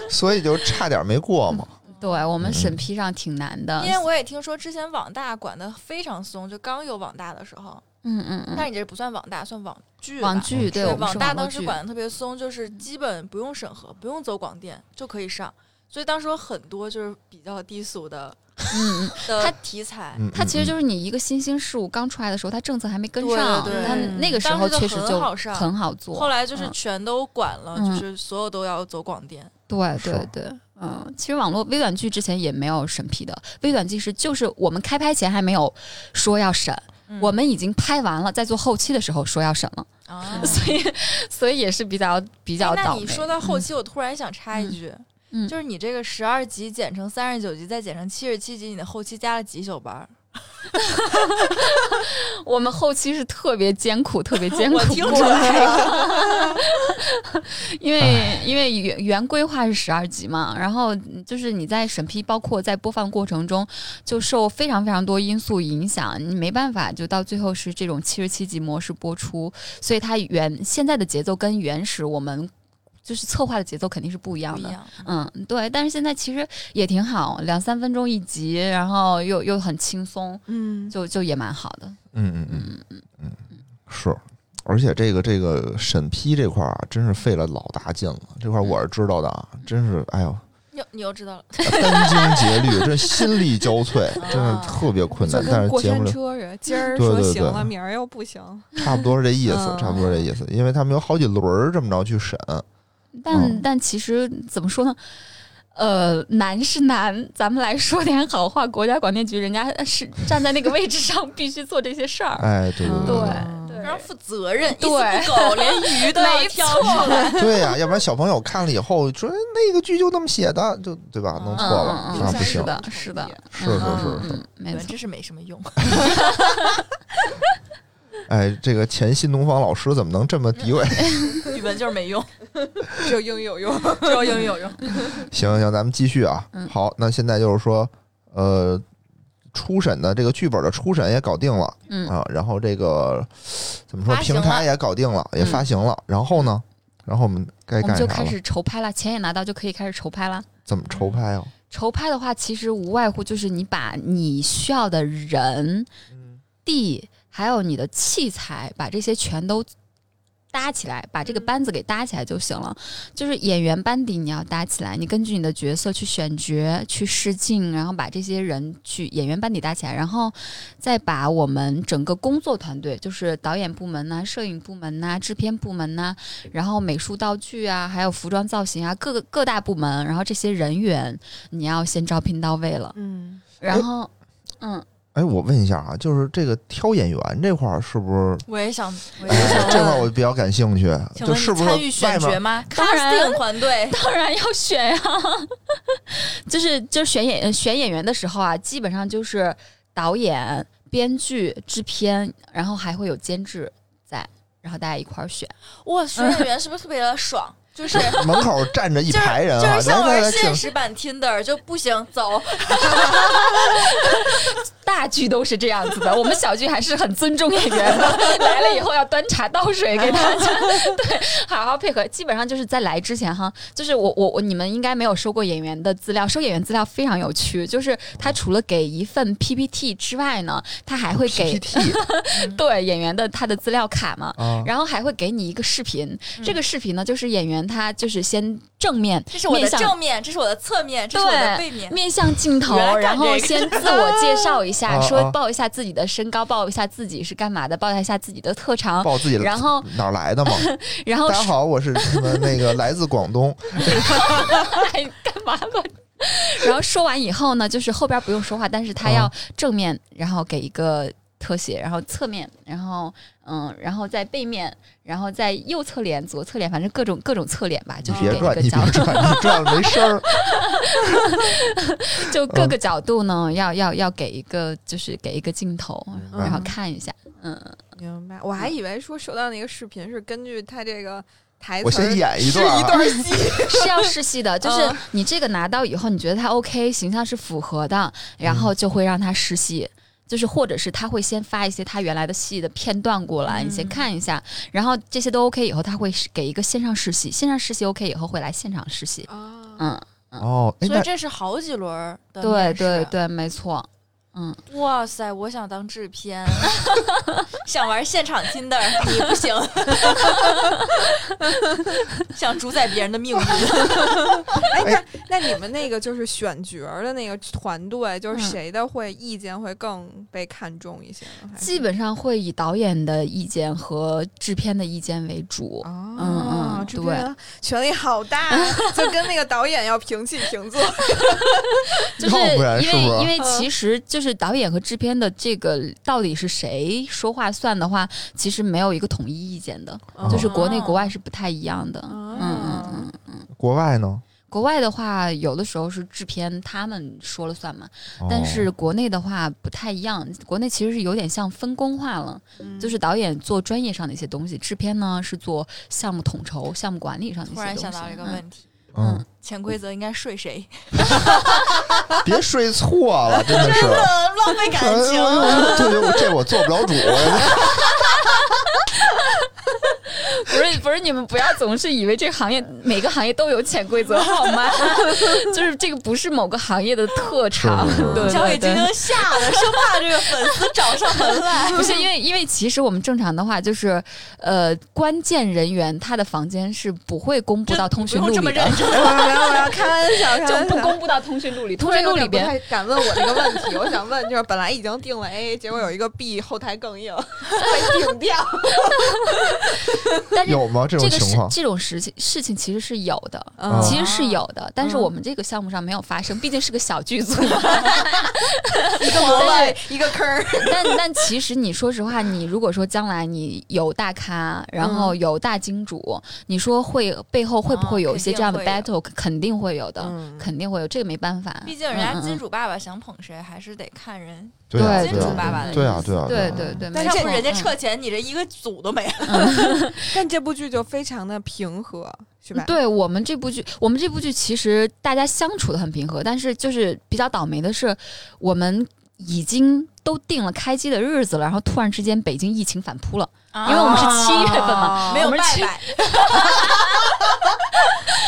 Speaker 2: 所以就差点没过嘛。
Speaker 4: 对我们
Speaker 2: 嗯
Speaker 4: 审批上挺难的，
Speaker 1: 因为我也听说之前网大管的非常松，就刚有网大的时候，
Speaker 4: 嗯嗯
Speaker 1: 但
Speaker 4: 嗯，
Speaker 1: 是你这不算网大，算网剧吧。
Speaker 4: 网剧对
Speaker 1: 对
Speaker 4: 我们
Speaker 1: 网
Speaker 4: 是
Speaker 1: 大
Speaker 4: 网络
Speaker 1: 当时
Speaker 4: 剧，
Speaker 1: 管的特别松，就是基本不用审核，不用走广电就可以上。所以当时有很多就是比较低俗的
Speaker 4: 嗯嗯，
Speaker 1: 的
Speaker 4: 它
Speaker 1: 题材，
Speaker 2: 嗯，
Speaker 4: 它其实就是是你一个新兴事物刚出来的时候，它政策还没跟
Speaker 1: 对对
Speaker 4: 上，
Speaker 1: 对
Speaker 4: 它
Speaker 3: 嗯
Speaker 4: 那个时
Speaker 1: 当
Speaker 4: 候
Speaker 1: 时就
Speaker 4: 确实
Speaker 1: 很
Speaker 4: 就
Speaker 1: 好上
Speaker 4: 很好做。
Speaker 1: 后来就是
Speaker 4: 嗯
Speaker 1: 全都管了，
Speaker 4: 嗯
Speaker 1: 就是所有都要走广电。
Speaker 4: 对
Speaker 2: 是
Speaker 4: 对对，嗯，其实网络微短剧之前也没有审批的，微短剧是就是我们开拍前还没有说要审，
Speaker 1: 嗯
Speaker 4: 我们已经拍完了，在做后期的时候说要审了，
Speaker 1: 啊，
Speaker 4: 所以所以也是比较比较
Speaker 1: 哎那
Speaker 4: 倒霉。
Speaker 1: 你说到后期，我突然想插一句，
Speaker 4: 嗯
Speaker 1: 就是你这个十二集减成三十九集，再减成七十七集，你的后期加了几宿班儿？
Speaker 4: 嗯，我们后期是特别艰苦，特 别艰苦
Speaker 1: 我听
Speaker 4: 过
Speaker 1: 出来
Speaker 4: 来，
Speaker 1: 了，
Speaker 4: 因为因为原原规划是十二集嘛，然后就是你在审批，包括在播放过程中，就受非常非常多因素影响，你没办法，就到最后是这种七十七集模式播出，所以它原现在的节奏跟原始我们就是策划的节奏肯定是不一
Speaker 1: 不
Speaker 4: 样
Speaker 1: 一
Speaker 4: 的。
Speaker 1: 样。
Speaker 4: 嗯，对，但是现在其实也挺好，两三分钟一集，然后又又很轻松，
Speaker 3: 嗯，
Speaker 4: 就就也蛮好的。
Speaker 2: 嗯嗯嗯嗯嗯是，而且这个这个审批这块儿啊，真是费了老大劲了。这块儿我是知道的啊，真是哎呦，
Speaker 1: 你又你又知道了，
Speaker 2: 殚精竭虑，真心力交瘁，真
Speaker 1: 啊
Speaker 2: 是特别困
Speaker 3: 就
Speaker 2: 难。但
Speaker 3: 跟
Speaker 2: 是
Speaker 3: 过
Speaker 2: 节目
Speaker 3: 山
Speaker 2: 里
Speaker 3: 车似的，今儿
Speaker 2: 对
Speaker 3: 说
Speaker 2: 对
Speaker 3: 行
Speaker 2: 对
Speaker 3: 了，明儿又不行。
Speaker 2: 差不多是这意思
Speaker 3: 嗯，
Speaker 2: 差不多是这意思，因为他们有好几轮儿这么着去审，
Speaker 4: 但、
Speaker 2: 嗯
Speaker 4: 但其实怎么说呢？呃，难是难，咱们来说点好话。国家广电局人家是站在那个位置上，必须做这些事儿。
Speaker 3: 嗯
Speaker 2: 哎，对对
Speaker 4: 嗯对
Speaker 2: 对，
Speaker 1: 常负责任，一丝
Speaker 4: 对
Speaker 1: 不苟，连鱼都要
Speaker 4: 没
Speaker 1: 挑出来。
Speaker 2: 对呀、要不然小朋友看了以后说哎那个剧就那么写的，就对吧？
Speaker 1: 啊
Speaker 2: 弄错了，
Speaker 4: 嗯
Speaker 2: 那
Speaker 4: 嗯，
Speaker 2: 不
Speaker 4: 是
Speaker 2: 行。
Speaker 4: 的，是的，
Speaker 2: 是是
Speaker 4: 嗯
Speaker 2: 是是
Speaker 4: 嗯，没错。
Speaker 1: 真是没什么用。
Speaker 2: 哎，这个前新东方老师怎么能这么诋 毁？
Speaker 1: 语文就是没用，
Speaker 3: 只有英语有用。
Speaker 1: 只有英语有用。
Speaker 2: 行行，咱们继续啊。
Speaker 4: 嗯
Speaker 2: 好，那现在就是说，呃，初审的这个剧本的初审也搞定了，
Speaker 4: 嗯
Speaker 2: 啊，然后这个怎么说，
Speaker 1: 发行
Speaker 2: 平
Speaker 1: 了
Speaker 2: 台也搞定了，也发行了，然后呢，然后我们该
Speaker 4: 嗯我们
Speaker 2: 干
Speaker 4: 就
Speaker 2: 啥
Speaker 4: 开
Speaker 2: 了？
Speaker 4: 始筹拍了，钱也拿到，就可以开始筹拍了。
Speaker 2: 怎么筹拍啊？
Speaker 4: 筹拍的话，其实无外乎就是你把你需要的人、地，还有你的器材，把这些全都搭起来，把这个班子给搭起来就行了。就是演员班底你要搭起来，你根据你的角色去选角、去试镜，然后把这些人去演员班底搭起来，然后再把我们整个工作团队，就是导演部门呐、摄影部门呐、制片部门呐、然后美术道具啊，还有服装造型啊，各个各大部门，然后这些人员你要先招聘到位了，
Speaker 1: 嗯，
Speaker 4: 然后，嗯，
Speaker 2: 哎，我问一下啊，就是这个挑演员这块儿是不是？
Speaker 1: 我也想，我也
Speaker 2: 哎
Speaker 1: 想
Speaker 4: 问
Speaker 2: 这块儿我比较感兴趣，
Speaker 1: 请
Speaker 2: 就
Speaker 1: 问
Speaker 2: 是
Speaker 1: 你
Speaker 2: 不是
Speaker 1: 参与选
Speaker 2: 外
Speaker 1: 角
Speaker 2: 面
Speaker 1: 吗？
Speaker 4: 当然
Speaker 1: casting 团 队，
Speaker 4: 当然要选呀、 就是就是选演选演员的时候啊，基本上就是导演、编剧、制片，然后还会有监制在，然后大家一块儿选。
Speaker 1: 哇，选演员是不是特别的爽？就是
Speaker 2: 门口站 着一
Speaker 1: 就是
Speaker 2: 排人
Speaker 1: 就
Speaker 2: 啊，
Speaker 1: 是像
Speaker 2: 来来来，
Speaker 1: 玩
Speaker 2: 请
Speaker 1: 现实版 Tinder 就不行， 走，
Speaker 4: 大剧都是这样子的，我们小剧还是很尊重演员的， 来了以后要端茶倒水给大家， 对，好好配合。基本上就是在来之前哈，就是我我我你们应该没有收过演员的资料，收演员资料非常有趣，就是他除了给一份 PPT 之外呢，他还会给
Speaker 2: PPT
Speaker 4: 对演员的他的资料卡嘛。
Speaker 2: 啊，
Speaker 4: 然后还会给你一个视频，
Speaker 1: 哦嗯
Speaker 4: 这个视频呢，就是演员他就是先正面
Speaker 1: 这是我的
Speaker 4: 面向
Speaker 1: 正面，这是我的侧面，这是我的背面。
Speaker 4: 面向镜头
Speaker 1: 原来，干
Speaker 4: 然后
Speaker 1: 这个
Speaker 4: 先自我介绍一下，
Speaker 2: 啊啊
Speaker 4: 说报一下自己的身高，报一下自己是干嘛的，报一下自己的特长，
Speaker 2: 报自己
Speaker 4: 然后
Speaker 2: 哪儿来的嘛？
Speaker 4: 然后
Speaker 2: 大家好，我是什么那个来自广 东，
Speaker 4: 哎干嘛了？ 然后说完以后呢，就是后边不用说话，但是他要
Speaker 2: 啊
Speaker 4: 正面，然后给一个特写，然后侧面，然后嗯，然后在背面，然后在右侧脸、左侧脸，反正各种各种侧脸吧，就
Speaker 2: 你
Speaker 4: 是
Speaker 2: 别
Speaker 4: 给一
Speaker 2: 转，
Speaker 4: 个
Speaker 2: 你别
Speaker 4: 角度，
Speaker 2: 转，你转了没 声儿。
Speaker 4: 就
Speaker 2: 嗯
Speaker 4: 各个角度呢，要要要给一个就是给一个镜头，
Speaker 2: 嗯
Speaker 4: 然后看一下，嗯。
Speaker 3: 明白，我还以为说收到那个视频是根据他这个台词儿，
Speaker 2: 我先演 一
Speaker 3: 是
Speaker 2: 段
Speaker 3: 一
Speaker 2: 儿，
Speaker 3: 段戏，
Speaker 4: 是要试戏的，就是
Speaker 3: 嗯
Speaker 4: 你这个拿到以后，你觉得它 OK，形象是符合的，然后就会让他试戏。就是，或者是他会先发一些他原来的戏的片段过来，
Speaker 1: 嗯
Speaker 4: 你先看一下，然后这些都 OK 以后，他会给一个线上试戏，线上试戏 OK 以后会来现场试戏。
Speaker 3: 啊，
Speaker 4: 嗯，
Speaker 2: 哦，哎，
Speaker 1: 所以
Speaker 2: 那
Speaker 1: 这是好几轮儿的
Speaker 4: 对
Speaker 1: 面试
Speaker 4: 对对，没错。嗯，
Speaker 1: 哇塞，我想当制片， 想玩现场 Tinder，你不行，想主宰别人的命运。
Speaker 2: 哎
Speaker 3: 哎，那那你们那个就是选角儿的那个团队，就是
Speaker 4: 嗯
Speaker 3: 谁的会意见会更被看重一些呢？还是
Speaker 4: 基本上会以导演的意见和制片的意见为主。嗯
Speaker 3: 哦
Speaker 4: 嗯，
Speaker 3: 制片人权力好大，就跟那个导演要平起平坐。
Speaker 4: 就是
Speaker 2: 要不然
Speaker 4: 因
Speaker 2: 是嗯不
Speaker 4: 为
Speaker 2: 是
Speaker 4: 因为其实就是导演和制片的这个到底是谁说话算的话，其实没有一个统一意见的，
Speaker 2: 哦
Speaker 4: 就是国内
Speaker 1: 哦
Speaker 4: 国外是不太一样的。嗯嗯
Speaker 3: 哦
Speaker 4: 嗯，
Speaker 2: 国外呢？
Speaker 4: 国外的话有的时候是制片他们说了算嘛，
Speaker 2: 哦
Speaker 4: 但是国内的话不太一样，国内其实是有点像分工化了，
Speaker 1: 嗯
Speaker 4: 就是导演做专业上的一些东西，制片呢是做项目统筹、项目管理上的一些
Speaker 1: 突
Speaker 4: 东西。
Speaker 1: 然想到了一个
Speaker 4: 嗯
Speaker 1: 问题。
Speaker 2: 嗯，
Speaker 1: 潜规则应该睡谁？
Speaker 4: 嗯
Speaker 2: 别睡错了，真 的是。
Speaker 1: 呃， 浪费感
Speaker 2: 哎
Speaker 1: 情
Speaker 2: 呦。哎呦这我这我做不了 主，
Speaker 4: 不是不是，你们不要总是以为这个行业每个行业都有潜规则好 吗？就是这个不是某个行业的特长，
Speaker 2: 是是是
Speaker 4: 对
Speaker 1: 交给
Speaker 4: 对
Speaker 1: 晶
Speaker 4: 对。
Speaker 1: 晶吓得，生怕这个粉丝找上门 来。
Speaker 4: 不是因为，因为其实我们正常的话就是，呃，关键人员他的房间是不会公布到通讯录
Speaker 1: 不用这么
Speaker 4: 里的
Speaker 1: 认。真，
Speaker 3: 我要我要开玩笑，想起来
Speaker 4: 就
Speaker 3: 了
Speaker 4: 不公布到通讯录里。
Speaker 3: 突
Speaker 4: 通
Speaker 3: 然
Speaker 4: 讯
Speaker 3: 有
Speaker 4: 录
Speaker 3: 点
Speaker 4: 里
Speaker 3: 不
Speaker 4: 边，
Speaker 3: 太敢问我这个问题，我想问就是本来已经定了 A，结果有一个 B 后台更硬被顶掉，
Speaker 4: 但是
Speaker 2: 有吗？这种
Speaker 4: 这个
Speaker 2: 情
Speaker 4: 事
Speaker 2: 况？
Speaker 4: 这种事情事情其实是有的，
Speaker 2: 嗯
Speaker 4: 其实是有的，但是
Speaker 3: 嗯
Speaker 4: 我们这个项目上没有发生，毕竟是个小剧组。
Speaker 3: 一个萝卜一个坑儿，
Speaker 4: 但但其实你说实话，你如果说将来你有大咖，然后有大金主，你说会背后会不会有一些这样的
Speaker 1: 嗯哦肯
Speaker 4: battle？肯定会有的，
Speaker 3: 嗯
Speaker 4: 肯定会有，这个没办法。
Speaker 1: 毕竟人家
Speaker 4: 嗯嗯
Speaker 1: 金主爸爸想捧谁，还是得看人。
Speaker 2: 对啊，
Speaker 4: 对
Speaker 2: 对
Speaker 4: 金主爸
Speaker 1: 爸
Speaker 2: 啊，
Speaker 1: 的
Speaker 2: 对啊，对啊，
Speaker 4: 对
Speaker 2: 啊
Speaker 4: 对对，
Speaker 1: 但
Speaker 4: 嗯没
Speaker 1: 要
Speaker 4: 错
Speaker 1: 不人家撤钱，你这一个组都没了。
Speaker 3: 但这部剧就非常的平和，是吧
Speaker 4: 嗯？对我们这部剧，我们这部剧其实大家相处的很平和，但是就是比较倒霉的是，我们已经都定了开机的日子了，然后突然之间北京疫情反扑了， 因为我们是七月份嘛，
Speaker 3: 啊
Speaker 1: 没有
Speaker 4: 我
Speaker 1: 拜
Speaker 4: 们去
Speaker 1: 拜，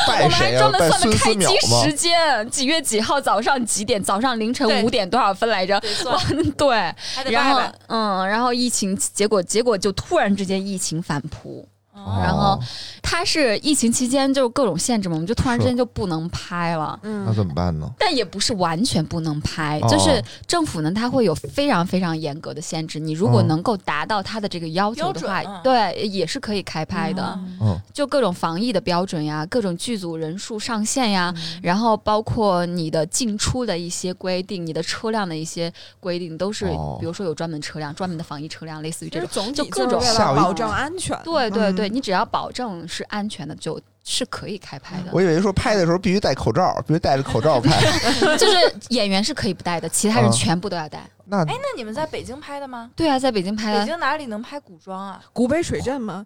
Speaker 4: 我
Speaker 2: 拜
Speaker 4: 们还
Speaker 2: 谁
Speaker 4: 专
Speaker 2: 啊？
Speaker 4: 门
Speaker 2: 拜
Speaker 4: 算
Speaker 2: 孙
Speaker 4: 了
Speaker 2: 思
Speaker 4: 开机
Speaker 2: 邈吗
Speaker 4: 时？间，几月几号早上几点？早上凌晨
Speaker 1: 对
Speaker 4: 五点多少分来着？
Speaker 1: 得算，
Speaker 4: 对，
Speaker 1: 还得
Speaker 4: 然
Speaker 1: 拜
Speaker 4: 后
Speaker 1: 拜。
Speaker 4: 嗯，然后疫情结果结果就突然之间疫情反扑，
Speaker 1: 哦
Speaker 4: 然后
Speaker 2: 哦
Speaker 4: 它是疫情期间就各种限制嘛，我们就突然之
Speaker 2: 是
Speaker 4: 间就不能拍了。
Speaker 2: 那
Speaker 3: 嗯，
Speaker 2: 怎么办呢？
Speaker 4: 但也不是完全不能拍，
Speaker 2: 哦
Speaker 4: 哎就是政府呢，它会有非常非常严格的限制。你如果
Speaker 2: 嗯
Speaker 4: 能够达到它的这个要求的话，
Speaker 1: 标准嗯
Speaker 4: 对，也是可以开拍的。
Speaker 1: 嗯
Speaker 2: 嗯，
Speaker 4: 就各种防疫的标准呀，各种剧组人数上限呀，然后包括你的进出的一些规定，你的车辆的一些规定，都是、
Speaker 2: 哦
Speaker 4: 比如说有专门车辆、专门的防疫车辆，类似于
Speaker 3: 其
Speaker 4: 这
Speaker 3: 实
Speaker 4: 种。
Speaker 3: 总体
Speaker 4: 就各
Speaker 3: 是
Speaker 4: 种
Speaker 3: 为
Speaker 2: 吓
Speaker 3: 了
Speaker 2: 我一
Speaker 3: 保障安全，
Speaker 4: 对对
Speaker 3: 嗯
Speaker 4: 对，，你只要保证是安全的，就是可以开拍的。
Speaker 2: 我以为说拍的时候必须戴口罩，必须戴着口罩 拍。
Speaker 4: 哎就是演员是可以不戴的，其他人
Speaker 2: 嗯
Speaker 4: 全部都要戴。
Speaker 2: 那
Speaker 1: 哎，那你们在北京拍的吗？
Speaker 4: 对啊，在北京拍
Speaker 1: 北
Speaker 4: 的
Speaker 1: 京哪里能拍古装啊？
Speaker 3: 古北水镇嘛，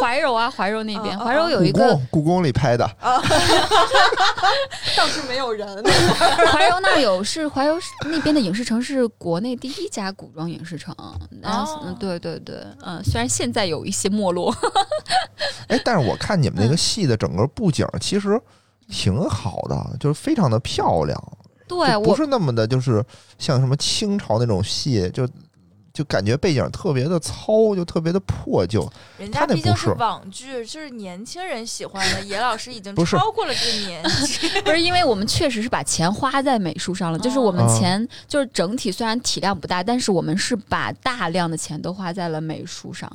Speaker 4: 怀 柔啊，怀柔那边，
Speaker 2: 嗯
Speaker 3: 哦哦
Speaker 4: 怀柔有
Speaker 2: 故
Speaker 4: 一个啊
Speaker 2: 宫故宫里拍的，
Speaker 3: 倒是没有人，
Speaker 4: 怀柔那儿有是怀柔那边的影视城是国内第一家古装影视城，然后嗯对对对，嗯，虽然现在有一些没落，
Speaker 2: 哎，但是我看你们
Speaker 4: 嗯
Speaker 2: 那个戏的整个布景其实挺好的，就是非常的漂亮，
Speaker 4: 对
Speaker 2: 就不
Speaker 4: 我
Speaker 2: 是那么的，就是像什么清朝那种戏，就就感觉背景特别的糙，就特别的破旧。
Speaker 1: 人
Speaker 2: 他
Speaker 1: 家
Speaker 2: 那
Speaker 1: 毕竟
Speaker 2: 不是
Speaker 1: 是网剧，就是年轻人喜欢的。野老师已经
Speaker 2: 不是
Speaker 1: 超过了这个年纪，
Speaker 4: 不是因为我们确实是把钱花在美术上了，就是我们
Speaker 2: 哦
Speaker 4: 钱就是整体虽然体量不大，但是我们是把大量的钱都花在了美术上。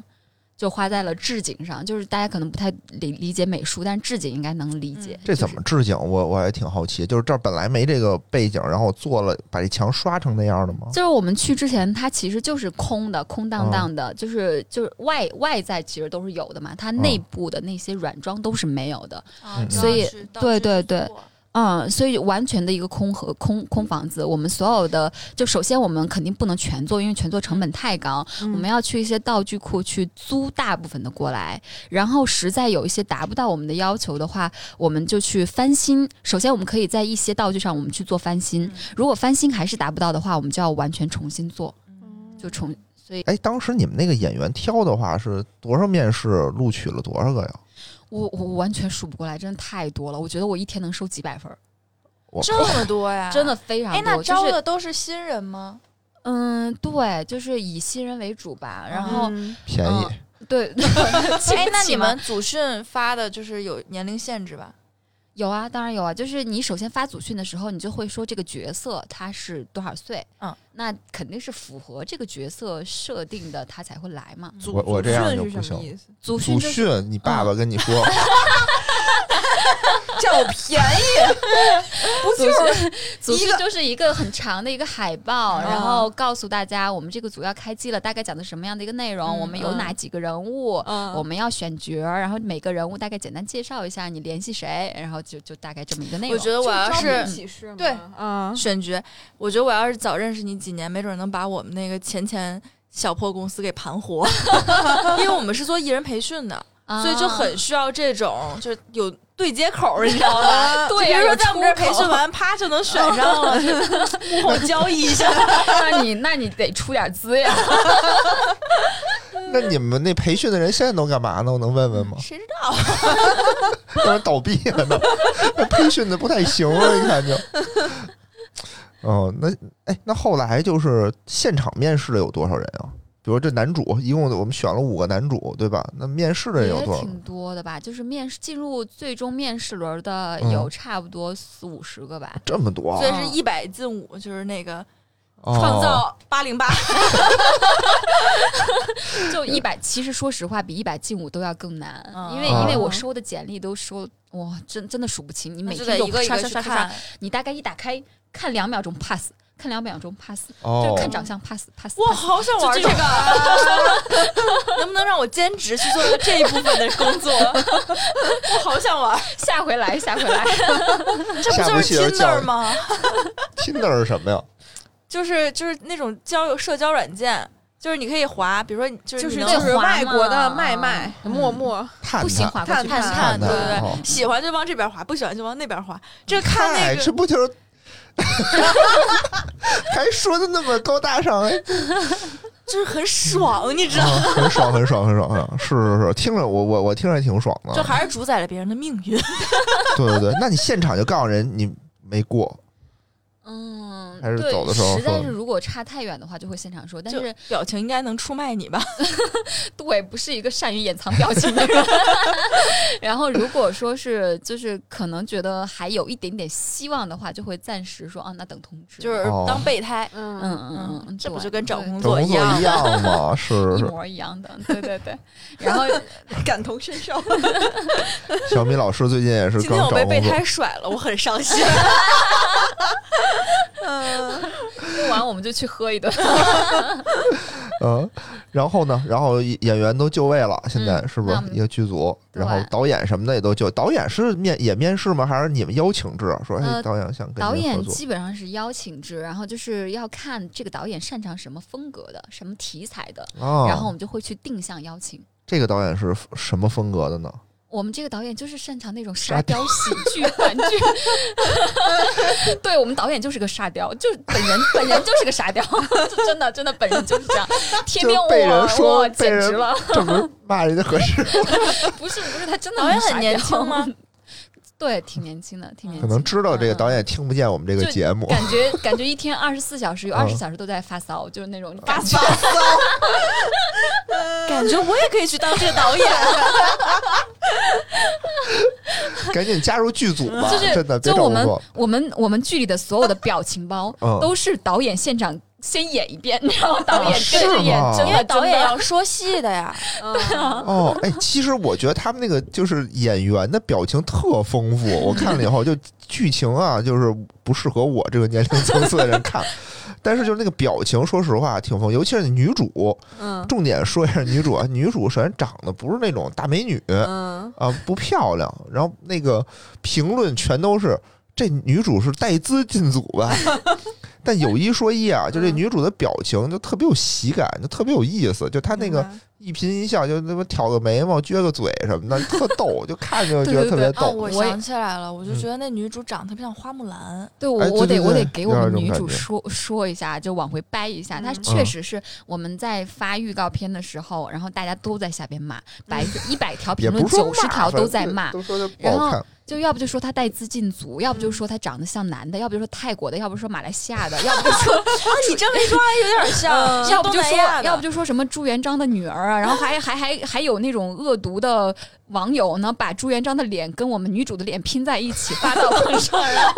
Speaker 4: 就花在了置景上，就是大家可能不太理理解美术，但置景应该能理解。
Speaker 2: 这怎么置景？我我还挺好奇，就是这儿本来没这个背景，然后做了把这墙刷成那样的吗？
Speaker 4: 就是我们去之前，它其实就是空的，空
Speaker 2: 哦
Speaker 4: 荡荡的，就是就是外外在其实都是有的嘛，它内
Speaker 2: 哦
Speaker 4: 部的那些软装都是没有的，
Speaker 1: 啊
Speaker 2: 所
Speaker 4: 以
Speaker 1: 都要去到这
Speaker 4: 对对
Speaker 1: 儿
Speaker 4: 对
Speaker 1: 做
Speaker 4: 嗯，所以完全的一个空和空空房子。我们所有的，就首先我们肯定不能全做，因为全做成本太高，我
Speaker 1: 嗯
Speaker 4: 们要去一些道具库去租大部分的过来，然后实在有一些达不到我们的要求的话，我们就去翻新。首先，我们可以在一些道具上我们去做翻新，
Speaker 1: 嗯
Speaker 4: 如果翻新还是达不到的话，我们就要完全重新做，
Speaker 1: 哦
Speaker 4: 就重。所以
Speaker 2: 哎，当时你们那个演员挑的话是多少面试录取了多少个呀？
Speaker 4: 我我完全数不过来，真的太多了。我觉得我一天能收几百分儿，
Speaker 2: 我
Speaker 1: 这么多呀，
Speaker 4: 真的。非常
Speaker 1: 哎，
Speaker 4: 多。
Speaker 1: 那
Speaker 4: 就
Speaker 1: 招
Speaker 4: 是
Speaker 1: 的都是新人吗？
Speaker 4: 嗯，对，就是以新人为主吧。然
Speaker 3: 然
Speaker 4: 后、
Speaker 3: 后
Speaker 2: 便宜。
Speaker 4: 嗯对，
Speaker 1: 嗯哎
Speaker 4: 哎，
Speaker 1: 那你们组训发的就是有年龄限制吧？
Speaker 4: 有啊？当然有啊。就是你首先发组训的时候，你就会说这个角色他是多少岁，
Speaker 1: 嗯，
Speaker 4: 那肯定是符合这个角色设定的，他才会来嘛。
Speaker 3: 祖
Speaker 2: 我我这样
Speaker 3: 训
Speaker 2: 就是不
Speaker 3: 什么
Speaker 2: 行
Speaker 3: 意思？
Speaker 4: 组训
Speaker 2: 祖
Speaker 4: 就是嗯
Speaker 2: 训，你爸爸跟你说，
Speaker 3: 占我便宜，不
Speaker 4: 组
Speaker 3: 就是
Speaker 4: 训， 组
Speaker 3: 一
Speaker 4: 训
Speaker 3: 个
Speaker 4: 就是一个很长的一个海报，
Speaker 1: 嗯
Speaker 4: 然后告诉大家我们这个组要开机了，大概讲的什么样的一个内容，
Speaker 1: 嗯
Speaker 4: 我们有哪几个人物，
Speaker 3: 嗯
Speaker 4: 我们要选角儿，然后每个人物大概简单介绍一下你联系谁，然后就就大概这么一个内容。
Speaker 1: 我觉得我要
Speaker 3: 就
Speaker 1: 是
Speaker 3: 是招聘启事吗
Speaker 1: 对
Speaker 4: 嗯
Speaker 3: 啊，
Speaker 1: 选角，我觉得我要是早认识你几年，没准能把我们那个前前小破公司给盘 活，因为我们是做艺人培训的，
Speaker 4: 啊
Speaker 1: 所以就很需要这种就是有对接口儿，你知道吧？
Speaker 4: 对
Speaker 1: 就
Speaker 4: 呀
Speaker 1: 比如说
Speaker 4: 有
Speaker 1: 在我们这儿
Speaker 4: 出口
Speaker 1: 培训完，啪就能选上 了，就幕后交易一下。
Speaker 4: 那你那你得出点资呀。
Speaker 2: 那你们那培训的人现在都干嘛呢？我能问问 吗？
Speaker 1: 谁知道？
Speaker 2: 要不然倒闭了呢？培训的不太行了，一看就。哦，那哎，那后来就是现场面试的有多少人啊？比如这男主，一共我们选了五个男主，对吧？那面试的
Speaker 4: 也
Speaker 2: 有多少？
Speaker 4: 挺多的吧？就是面试进入最终面试轮的
Speaker 2: 嗯
Speaker 4: 有差不多四五十个吧。
Speaker 2: 这么多啊
Speaker 1: 所以是一百进五，就是那个
Speaker 2: 哦
Speaker 1: 创造八零八，
Speaker 4: 就一百，其实说实话，比一百进五都要更难，
Speaker 1: 嗯
Speaker 4: 因为
Speaker 2: 嗯
Speaker 4: 因为我收的简历都收，哇，真真的数不清，你每
Speaker 1: 就
Speaker 4: 天
Speaker 1: 得
Speaker 4: 都
Speaker 1: 一个一
Speaker 4: 刷
Speaker 1: 个
Speaker 4: 刷
Speaker 1: 去
Speaker 4: 刷刷刷，
Speaker 1: 看。
Speaker 4: 你大概一打开看两秒钟 pass，看两秒钟 pass，就
Speaker 2: 哦
Speaker 4: 是看长相 pass pass，
Speaker 1: 哇，好想玩
Speaker 4: 就
Speaker 1: 这
Speaker 4: 这
Speaker 1: 个啊， 能不能让我兼职去做一个这一部分的工 作？我好想玩，
Speaker 4: 下回来下回来，
Speaker 1: 这不
Speaker 2: 下
Speaker 1: 就
Speaker 2: 回
Speaker 1: 是
Speaker 2: 去就是叫
Speaker 1: Tinder 吗？
Speaker 2: Tinder 是什么呀？
Speaker 1: 就是就是那种交友社交软件，就是你可以滑，比如说就是
Speaker 3: 就
Speaker 1: 你
Speaker 3: 是
Speaker 1: 能
Speaker 4: 那
Speaker 3: 就
Speaker 4: 嗯个
Speaker 3: 是
Speaker 4: 滑
Speaker 3: 外国的
Speaker 4: 嘛
Speaker 3: 麦麦、陌陌，
Speaker 2: 探
Speaker 4: 不行
Speaker 2: 探
Speaker 4: 划过去
Speaker 3: 探
Speaker 4: 看
Speaker 1: 看，
Speaker 2: 探
Speaker 1: 对
Speaker 2: 探
Speaker 1: 对
Speaker 2: 哦
Speaker 1: 对，喜欢就往这边滑，不喜欢就往那边滑。这个看
Speaker 2: 嗨
Speaker 1: 那
Speaker 2: 这
Speaker 1: 个，
Speaker 2: 不就是还说的那么高大上？哎
Speaker 1: 就是很爽，你知 道吗，
Speaker 2: 啊很爽，很爽，很爽，很爽！是是是，听着我我我听着也挺爽的
Speaker 1: 就。还是主宰了别人的命运。
Speaker 2: 对对对，那你现场就告诉人你没过，
Speaker 4: 嗯，
Speaker 2: 还是
Speaker 4: 对
Speaker 2: 走的时候
Speaker 4: 实在是
Speaker 2: 说
Speaker 4: 如果差太远的话，就会现场说，但
Speaker 1: 就是表情应该能出卖你吧？
Speaker 4: 对，不是一个善于掩藏表情的人。 然后如果说是就是可能觉得还有一点点希望的话，就会暂时说啊，那等通知。
Speaker 1: 就是
Speaker 2: 哦
Speaker 1: 当备胎，
Speaker 4: 嗯
Speaker 3: 嗯，
Speaker 4: 嗯嗯，
Speaker 1: 这不
Speaker 4: 对
Speaker 1: 就跟找工
Speaker 2: 跟工
Speaker 1: 作
Speaker 2: 作
Speaker 1: 样
Speaker 2: 一？样吗？是
Speaker 4: 对 一
Speaker 2: 是，
Speaker 4: 模一样的？对对对。然后
Speaker 3: 感同身 受。
Speaker 2: 小米老师最近也是
Speaker 1: 今
Speaker 2: 刚
Speaker 1: 天
Speaker 2: 找
Speaker 1: 我被备
Speaker 2: 工作
Speaker 1: 胎，甩了，我很伤 心。
Speaker 3: 嗯，
Speaker 4: 录完我们就去喝一顿。
Speaker 2: 嗯，然后呢，然后演员都就位了，现在
Speaker 4: 嗯
Speaker 2: 是不是
Speaker 4: 那我们
Speaker 2: 一个剧组？
Speaker 4: 对
Speaker 2: 然后导演什么的也都就，导演是面也面试吗？还是你们邀请制？说哎，
Speaker 4: 呃
Speaker 2: 导演想跟
Speaker 4: 导
Speaker 2: 您合
Speaker 4: 演
Speaker 2: 作
Speaker 4: 基本上是邀请制，然后就是要看这个导演擅长什么风格的、什么题材的，
Speaker 2: 啊？
Speaker 4: 然后我们就会去定向邀请。
Speaker 2: 这个导演是什么风格的呢？
Speaker 4: 我们这个导演就是擅长那种
Speaker 2: 沙
Speaker 4: 沙雕喜剧、短剧， 对我们导演就是个沙雕，就是本人本人就是个沙雕， 就真的真的本人就是这样，天天
Speaker 2: 就被人
Speaker 4: 我
Speaker 2: 说
Speaker 4: 我
Speaker 2: 被
Speaker 4: 简
Speaker 2: 人
Speaker 4: 直 了，
Speaker 2: 这不是骂人家合 适吗？
Speaker 4: 不是不是，他真的
Speaker 1: 导演
Speaker 4: 沙
Speaker 1: 很年
Speaker 4: 雕
Speaker 1: 轻吗？？
Speaker 4: 对，挺年轻的，挺年
Speaker 2: 可
Speaker 4: 轻的，
Speaker 2: 能知道这个
Speaker 4: 嗯
Speaker 2: 导演听不见我们这个
Speaker 4: 就
Speaker 2: 节目，
Speaker 4: 感觉感觉一天二十四小时有
Speaker 2: 嗯啊
Speaker 4: 二十小时都在发骚，就是那种发骚。
Speaker 1: 感觉我也可以去当这个导演，啊
Speaker 2: 赶紧加入剧组吧！
Speaker 4: 就是
Speaker 2: 真的别
Speaker 4: 就
Speaker 2: 找
Speaker 4: 我
Speaker 2: 工
Speaker 4: 们
Speaker 2: 作。
Speaker 4: 我们我们剧里的所有的表情包
Speaker 2: 嗯啊
Speaker 4: 都是导演现场先演一遍，然后导演
Speaker 2: 是
Speaker 4: 跟着演
Speaker 2: 吗，
Speaker 4: 真
Speaker 1: 因
Speaker 4: 的
Speaker 1: 为导演
Speaker 4: 真的
Speaker 1: 要说戏的 呀。
Speaker 3: 嗯
Speaker 2: 哦，哎，其实我觉得他们那个就是演员的表情特丰富，我看了以后就剧情啊，就是不适合我这个年龄层次的人看，但是就是那个表情，说实话挺丰富，尤其是女主。
Speaker 3: 嗯
Speaker 2: 重点说一下女主啊，女主首先长得不是那种大美女啊、
Speaker 3: 嗯，
Speaker 2: 不漂亮，然后那个评论全都是这女主是带资进组吧。 但有一说一啊，就这
Speaker 3: 嗯
Speaker 2: 女主的表情就特别有喜感，就特别有意思。就她那个一颦一笑，就那么挑个眉毛、撅个嘴什么的，特逗，就看着就觉得特别
Speaker 1: 啊，
Speaker 2: 逗。
Speaker 1: 我
Speaker 4: 哦我也
Speaker 1: 想起来了，我就
Speaker 2: 嗯
Speaker 1: 觉得那女主长得特别像花木 兰。
Speaker 4: 对我
Speaker 2: 哎
Speaker 4: 我
Speaker 2: 对
Speaker 4: 得
Speaker 2: 对
Speaker 4: 我得
Speaker 2: 对
Speaker 4: 给
Speaker 2: 有
Speaker 4: 我
Speaker 2: 点
Speaker 4: 们
Speaker 2: 这种
Speaker 4: 女
Speaker 2: 感
Speaker 4: 主
Speaker 2: 觉
Speaker 4: 说说一下，就往回掰一下，她
Speaker 3: 嗯
Speaker 4: 确实是我们在发预告片的时候，然后大家都在下边骂，百一百条
Speaker 2: 也
Speaker 4: 评
Speaker 2: 不
Speaker 4: 论
Speaker 2: 是说
Speaker 4: 九
Speaker 2: 骂
Speaker 4: 十条
Speaker 2: 反正
Speaker 4: 都在
Speaker 2: 就
Speaker 4: 骂，
Speaker 2: 都说她不
Speaker 4: 然
Speaker 2: 好
Speaker 4: 后
Speaker 2: 看。
Speaker 4: 就要不就说他带资进组，要不就说他长得像男的，要不就说泰国的，要不说马来西亚的，要不就说
Speaker 1: 啊，你这么一说还有 点像，
Speaker 4: 要不就说
Speaker 1: 嗯东南亚的
Speaker 4: 要不就说什么朱元璋的女儿啊，然后还还还还有那种恶毒的网友呢，把朱元璋的脸跟我们女主的脸拼在一起发到网上，然后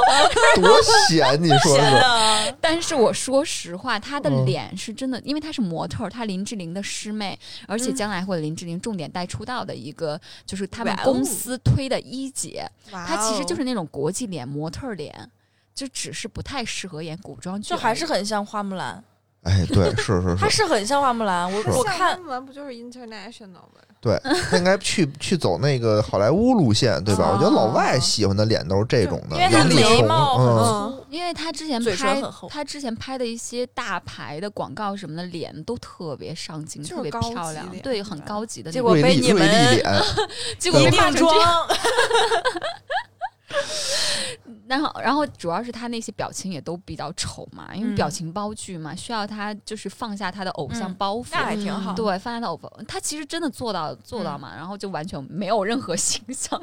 Speaker 2: 多闲，你说
Speaker 1: 天
Speaker 2: 说？
Speaker 1: 呐，
Speaker 4: 但是我说实话，她的
Speaker 2: 嗯
Speaker 4: 脸是真的，因为她是模特儿，她林志玲的师妹，而且将来会林志玲重点带出道的一个，就是他们
Speaker 1: 哇哦
Speaker 4: 公司推的一姐，她
Speaker 3: 他
Speaker 4: 其实就是那种国际脸、模特儿脸，就只是不太适合演古装剧
Speaker 1: 就
Speaker 4: 而已，
Speaker 1: 还是很像花木兰，
Speaker 2: 哎，对，是是
Speaker 1: 她
Speaker 2: 是，
Speaker 1: 是很像花木兰。我
Speaker 2: 是
Speaker 1: 我看
Speaker 3: 木兰不哦就是 international 吗？
Speaker 2: 对，她应该去去走那个好莱坞路线，对吧？我觉得老
Speaker 4: 哦
Speaker 2: 外喜欢的脸都是这种
Speaker 1: 因
Speaker 2: 的，
Speaker 1: 为
Speaker 2: 杨
Speaker 1: 她
Speaker 2: 紫
Speaker 1: 眉
Speaker 2: 琼，
Speaker 1: 毛很
Speaker 2: 嗯，
Speaker 1: 粗，
Speaker 4: 因为她之前
Speaker 1: 嘴唇
Speaker 4: 拍
Speaker 1: 很厚
Speaker 4: 她之前拍的一些大牌的广告什么的，脸都特别上镜，
Speaker 3: 就是
Speaker 4: 特别
Speaker 3: 高级
Speaker 4: 漂亮，
Speaker 3: 脸
Speaker 4: 对，很高级的那
Speaker 1: 结
Speaker 4: 种。
Speaker 1: 果
Speaker 2: 瑞
Speaker 1: 被
Speaker 2: 丽
Speaker 1: 你
Speaker 2: 瑞
Speaker 1: 们
Speaker 2: 丽脸，
Speaker 4: 结果
Speaker 2: 一
Speaker 4: 被
Speaker 2: 定
Speaker 4: 骂
Speaker 1: 定
Speaker 4: 成这样。
Speaker 1: 妆，
Speaker 4: 然后，然后主要是他那些表情也都比较丑嘛，因为
Speaker 1: 嗯
Speaker 4: 表情包剧嘛，需要他就是放下他的偶像
Speaker 1: 嗯
Speaker 4: 包袱，
Speaker 1: 那还挺好。嗯
Speaker 4: 对，放下他的偶像，他其实真的做到做到嘛，然后就完全没有任何 形象。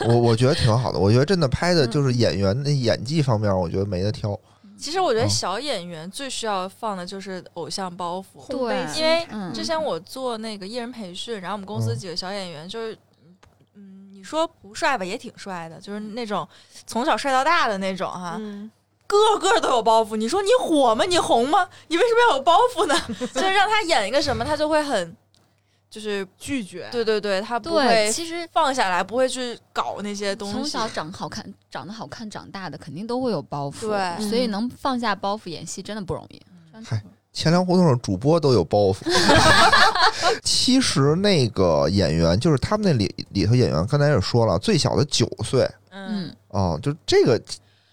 Speaker 2: 我我觉得挺好的，我觉得真的拍的
Speaker 4: 嗯
Speaker 2: 就是演员的演技方面，我觉得没得挑。
Speaker 1: 其实我觉
Speaker 2: 哦
Speaker 1: 得小演员最需要放的就是偶像包袱，
Speaker 3: 烘焙
Speaker 4: 对
Speaker 1: 因为
Speaker 4: 嗯
Speaker 1: 之前我做那个艺人培训，然后我们公司
Speaker 2: 嗯
Speaker 1: 几个小演员就是，嗯，你说不帅吧，也挺帅的，就是那种从小帅到大的那种哈、
Speaker 3: 嗯，
Speaker 1: 个个都有包袱。你说你火吗？你红吗？你为什么要有包袱呢？ 就是让他演一个什么，他就会很，就是
Speaker 3: 拒绝，
Speaker 1: 对对对，他不
Speaker 4: 对，
Speaker 1: 会
Speaker 4: 其实
Speaker 1: 放下来，不会去搞那些东西。嗯
Speaker 4: 从小长好看、长得好看、长大的肯定都会有包袱，
Speaker 1: 对
Speaker 4: 所以
Speaker 3: 嗯
Speaker 4: 能放下包袱演戏真的不容易。
Speaker 2: 嗨钱粮胡同的主播都有包 袱。其实那个演员就是他们那里里头演员，刚才也说了，最小的九岁
Speaker 1: 嗯，
Speaker 4: 嗯，
Speaker 2: 啊，就这个。